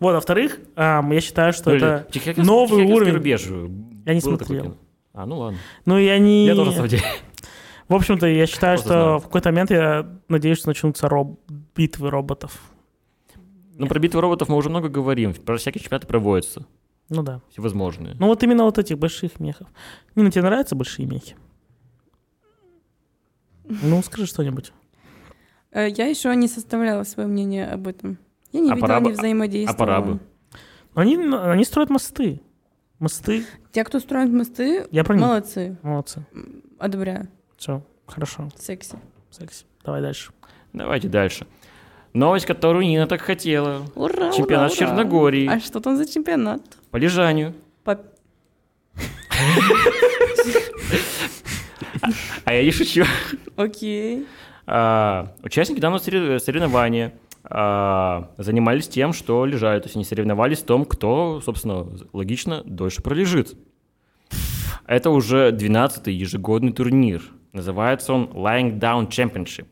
S2: Вот, а во-вторых, ам, я считаю, что
S1: Ну,
S2: это...
S1: или Тихоокеанский-
S2: новый
S1: Тихоокеанский
S2: уровень.
S1: рубеж.
S2: Я не
S1: Было такое
S2: смотрел.
S1: кино? А, ну ладно.
S2: Ну, и они...
S1: Я тоже, на самом деле.
S2: В общем-то, я считаю,
S1: Просто
S2: что
S1: знаю.
S2: в какой-то момент я надеюсь, что начнутся роб... битвы роботов.
S1: Ну, про битвы роботов мы уже много говорим. Про всякие чемпионаты проводятся.
S2: Ну да.
S1: Всевозможные.
S2: Ну вот именно вот этих больших мехов. Нина, тебе нравятся большие мехи? Ну, скажи что-нибудь.
S3: Э, Я еще не составляла свое мнение об этом. Я не
S1: А
S3: видела,
S1: пора бы-
S3: не
S1: а-
S3: взаимодействовала.
S1: а пора бы.
S2: Но Они, они строят мосты. Мосты.
S3: Те, кто строит мосты,
S2: Я про них.
S3: молодцы.
S2: Молодцы.
S3: Одобряю.
S2: Все, хорошо.
S3: Секси.
S2: Секси. Давай дальше.
S1: Давайте дальше. Новость, которую Нина так хотела.
S3: Ура,
S1: Чемпионат
S3: ура, ура.
S1: Черногории
S3: А что там за чемпионат?
S1: по лежанию.
S3: По-
S1: А я не шучу.
S3: Окей.
S1: А, Участники данного сорев- соревнования а, занимались тем, что лежали. То есть они соревновались в том, кто, собственно, логично, дольше пролежит. Это уже 12-й ежегодный турнир. Называется он Lying Down Championship.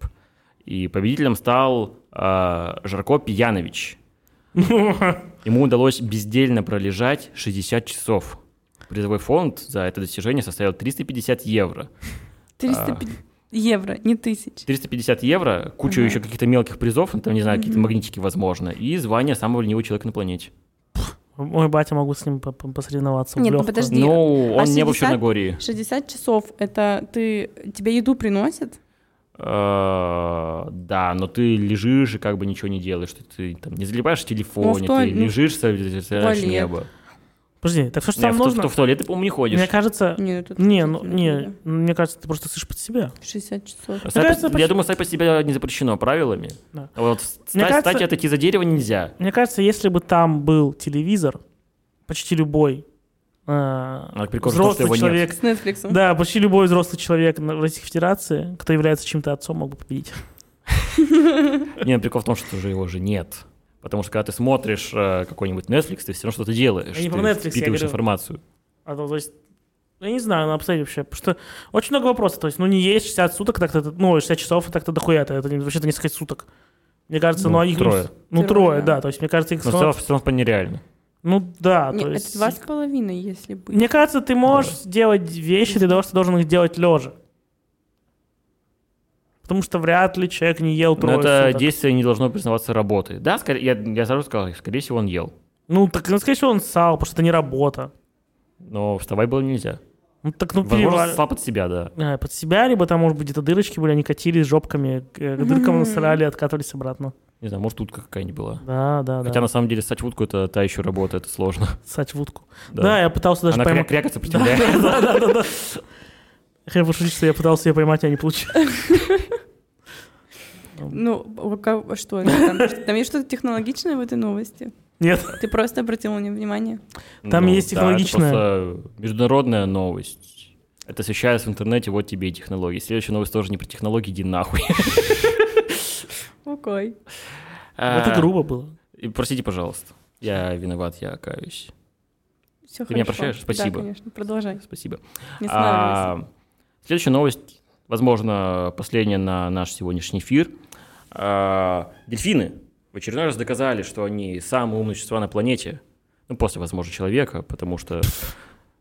S1: И победителем стал а, Жарко Пьянович. Ему удалось бездельно пролежать 60 часов. Призовой фонд за это достижение составил 350 евро.
S3: 350 евро, не тысяч.
S1: 350 евро, кучу
S3: Ага.
S1: еще каких-то мелких призов, ну, там, не знаю, какие-то магнитики, возможно, и звание самого ленивого человека на планете.
S2: Мой батя могут с ним по- по- посоревноваться. в
S3: Нет, ну
S2: лёгкую.
S3: подожди. Где?
S1: Ну, он
S3: А
S1: не был в
S3: 60?
S1: Черногории.
S3: 60 часов это ты тебе еду приносят?
S1: Э, Да, но ты лежишь и как бы ничего не делаешь, ты, ты там не залипаешь в телефоне, ты
S3: туалет, ну,
S1: лежишь, созерцаешь
S3: туалет.
S1: небо.
S2: Подожди, так все, что
S1: Не,
S2: там
S1: в, ту-
S2: нужно...
S1: в туалет ты, по-моему, не ходишь.
S2: Мне кажется...
S3: Нет, тут
S2: Не, ну,
S3: действительно
S2: не,
S3: надо.
S2: мне кажется, ты просто слышишь под себя.
S3: 60 часов.
S1: Сами
S2: кажется,
S1: по- я
S2: почти-
S1: думаю, сайт по себе не запрещено правилами.
S2: Да.
S1: А Вот встать,
S2: Мне кажется-
S1: встать и отойти за дерево нельзя.
S2: Мне кажется, если бы там был телевизор, почти любой э,
S1: прикол в том, что его
S2: взрослый
S1: нет.
S2: человек,
S3: С Netflix.
S2: да, почти любой взрослый человек на- в Российской Федерации, кто является чем-то отцом, мог бы победить.
S1: Не, ну, прикол в том, что уже его же нет. Потому что когда ты смотришь э, какой-нибудь Netflix, ты все равно что-то делаешь.
S2: Я не
S1: ты
S2: про Netflix, я
S1: впитываешь
S2: говорю.
S1: информацию.
S2: А то, то есть, я не знаю, на обстоит вообще, потому что очень много вопросов. То есть, ну не есть 60 суток, так-то, это- ну 60 часов, так-то дохуя, это, это вообще-то несколько суток. Мне кажется,
S1: Ну,
S2: ну, а их...
S1: трое. Ну,
S2: Ну,
S3: Трое,
S2: трое,
S3: да.
S2: да. То есть, мне кажется, их...
S1: Но
S2: всё
S1: все,
S2: равно-
S1: все равно вполне реально.
S2: Ну да,
S3: Не,
S2: то
S3: это
S2: есть...
S3: два с половиной, если бы.
S2: Мне кажется, ты можешь делать вещи для того, что должен их делать лежа. Потому что вряд ли человек не ел
S1: Но
S2: Ну, трое
S1: Ну, это
S2: суток.
S1: действие не должно признаваться работой. Да, скорее, я, я сразу сказал, скорее всего, он ел.
S2: Ну, так, ну, скорее всего, он сал, потому что это не работа.
S1: Но вставать было нельзя.
S2: Ну, так, ну,
S1: Возможно,
S2: перевар...
S1: слаб под себя, да.
S2: А, Под себя, либо там, может быть, где-то дырочки были, они катились жопками, к э, к дыркам
S3: Мгм.
S2: насрали, откатывались обратно.
S1: Не знаю, может, утка какая-нибудь была.
S2: Да, да,
S1: Хотя,
S2: да.
S1: на самом деле, ссать утку — это та еще работа, это сложно.
S2: Сать в утку.
S1: Да,
S2: Да. я пытался даже
S1: Она кря-
S2: поймать...
S1: крякаться представляет.
S2: Да, да, да, да. Хотя пошутить, что я пытался ее поймать, а не получилось.
S3: Ну, у кого- что это там? Что- Там есть что-то технологичное в этой новости?
S2: Нет.
S3: Ты просто обратил на нее внимание?
S2: Там
S1: Ну,
S2: есть
S1: да, это
S2: технологичная.
S1: просто международная новость. Это освещается в интернете, вот тебе и технологии. Следующая новость тоже не про технологии, иди нахуй.
S3: Окей.
S2: Это
S1: А,
S2: грубо было.
S1: и Простите, пожалуйста. Я виноват, я каюсь.
S3: Все
S1: Ты меня прощаешь? Спасибо.
S3: Да, конечно. Продолжай.
S1: Спасибо.
S3: Не
S1: А,
S3: останавливайся.
S1: Следующая новость, возможно, последняя на наш сегодняшний эфир. А, Дельфины в очередной раз доказали, что они самые умные существа на планете. Ну, после, возможно, человека, потому что... на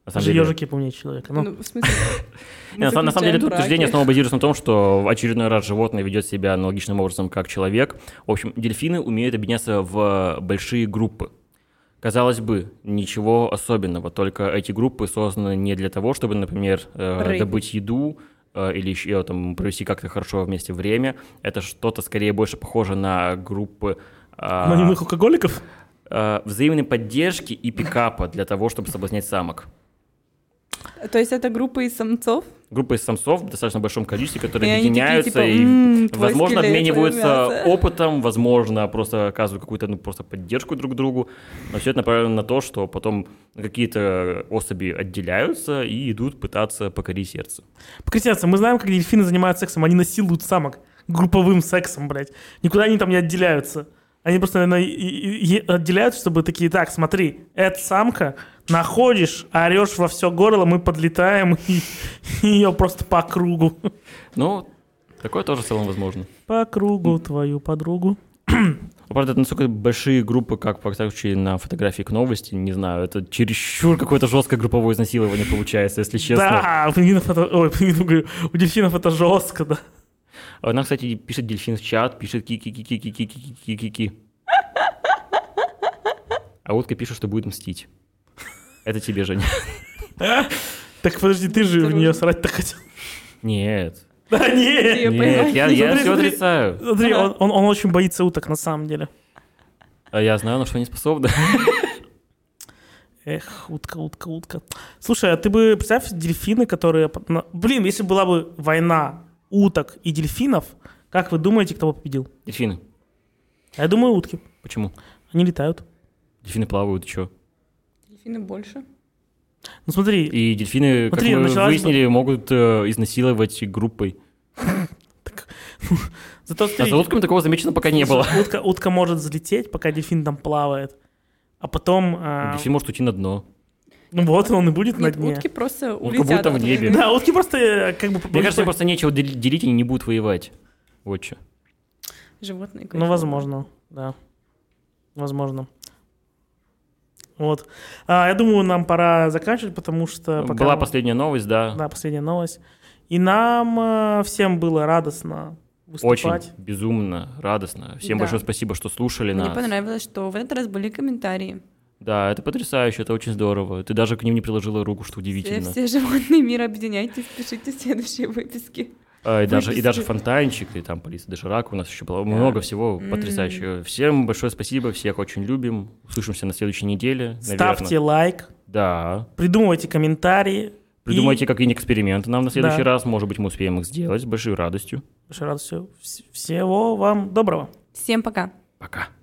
S1: самом
S2: Даже
S1: деле-
S2: ежики поумнее человека. Ну,
S3: Ну, в смысле? мы
S1: Не, на, са- на самом деле
S3: заключаем
S1: тут утверждение
S3: браки.
S1: снова базируется на том, что в очередной раз животное ведет себя аналогичным образом, как человек. В общем, дельфины умеют объединяться в большие группы. Казалось бы, ничего особенного, только эти группы созданы не для того, чтобы, например, э,
S3: Рыбу.
S1: добыть еду э, или еще там провести как-то хорошо вместе время. Это что-то скорее больше похоже на группы а,
S2: анонимных алкоголиков?
S1: э, взаимной поддержки и пикапа для того, чтобы соблазнять самок.
S3: То есть это группа из самцов?
S1: Группы из самцов в достаточно большом количестве, которые
S3: И они такие,
S1: объединяются
S3: типа,
S1: и
S3: «М, твой
S1: Возможно,
S3: скелет, твое
S1: обмениваются
S3: мясо».
S1: опытом, возможно, просто оказывают какую-то ну, просто поддержку друг другу. Но все это направлено на то, что потом какие-то особи отделяются и идут пытаться покорить сердце.
S2: Покрестятся, мы знаем, как дельфины занимаются сексом. Они насилуют самок. Групповым сексом, блядь. Никуда они там не отделяются. Они просто, наверное, и- и- и отделяются, чтобы такие, так, смотри, эта самка, находишь, орешь во все горло, мы подлетаем и, и ее просто по кругу.
S1: Ну, такое тоже в целом возможно.
S2: По кругу твою подругу.
S1: Но, правда, это настолько большие группы, как, по всяком случае, на фотографии к новости, не знаю, это чересчур какое-то жесткое групповое изнасилование получается, если честно.
S2: Да, у пингвинов это... Ой, пингвинов, говорю, у дельфинов это жестко, да.
S1: Она, кстати, пишет дельфин в чат, пишет ки-ки-ки-ки-ки-ки-ки-ки-ки. А утка пишет, что будет мстить. Это тебе, Женя.
S2: Так подожди, ты же в
S3: Осторожно.
S2: нее срать-то хотел.
S1: Нет.
S2: Да
S3: Где
S2: не!
S3: Я
S1: Нет,
S3: понимаю.
S1: я,
S2: Ну,
S1: я
S2: смотри,
S1: все
S2: смотри.
S1: отрицаю.
S2: Смотри, он, он- он очень боится уток на самом деле.
S1: А я знаю, на что они способны.
S2: Эх, утка, утка, утка. Слушай, а ты бы представь дельфины, которые... под- на- Блин, если была бы война уток и дельфинов, как вы думаете, кто бы победил?
S1: Дельфины.
S2: А Я думаю, утки.
S1: Почему?
S2: Они летают.
S1: Дельфины плавают, что?
S3: Дельфины больше.
S2: Ну смотри,
S1: И дельфины, как
S2: Смотри,
S1: мы
S2: началась бы-
S1: выяснили, могут э, изнасиловать группой.
S2: зато
S1: А
S2: смотри,
S1: за утками такого замечено пока не было.
S2: Утка, утка может взлететь, пока дельфин там плавает. А потом... а,
S1: Дельфин может уйти на дно.
S2: Ну вот, он и будет на
S3: Нет,
S2: дне.
S3: утки просто
S1: будет
S3: улетят.
S1: там в
S3: от
S1: небе.
S3: меня.
S2: Да, утки просто э, как бы...
S1: Мне кажется, им просто нечего дел- делить, они не будут воевать. Вот что.
S3: Животные.
S2: Ну,
S3: конечно.
S2: возможно, да. Возможно. Вот. А, я думаю, нам пора заканчивать, потому что... пока
S1: Была
S2: мы-
S1: последняя новость, да.
S2: Да, последняя новость. И нам э, всем было радостно
S1: Очень
S2: выступать.
S1: безумно радостно. Всем
S3: Да.
S1: большое спасибо, что слушали
S3: Мне
S1: нас.
S3: понравилось, что в этот раз были комментарии.
S1: Да, это потрясающе, это очень здорово. Ты даже к ним не приложила руку, что
S3: Все,
S1: удивительно.
S3: все животные мира объединяйтесь, пишите следующие выписки.
S1: А, и, даже, и даже
S3: Выписки.
S1: фонтанчик, и там полиция Доширак у нас еще было. Много всего
S3: М.
S1: потрясающего. Всем большое спасибо, всех очень любим. Услышимся на следующей неделе. наверно.
S2: Ставьте лайк,
S1: Да.
S2: придумывайте комментарии.
S1: Придумайте
S2: И...
S1: какие-нибудь эксперименты нам на следующий
S2: Да.
S1: раз. Может быть, мы успеем их сделать с большой радостью.
S2: Большой радостью. Вс- Всего вам доброго.
S3: Всем пока.
S1: Пока.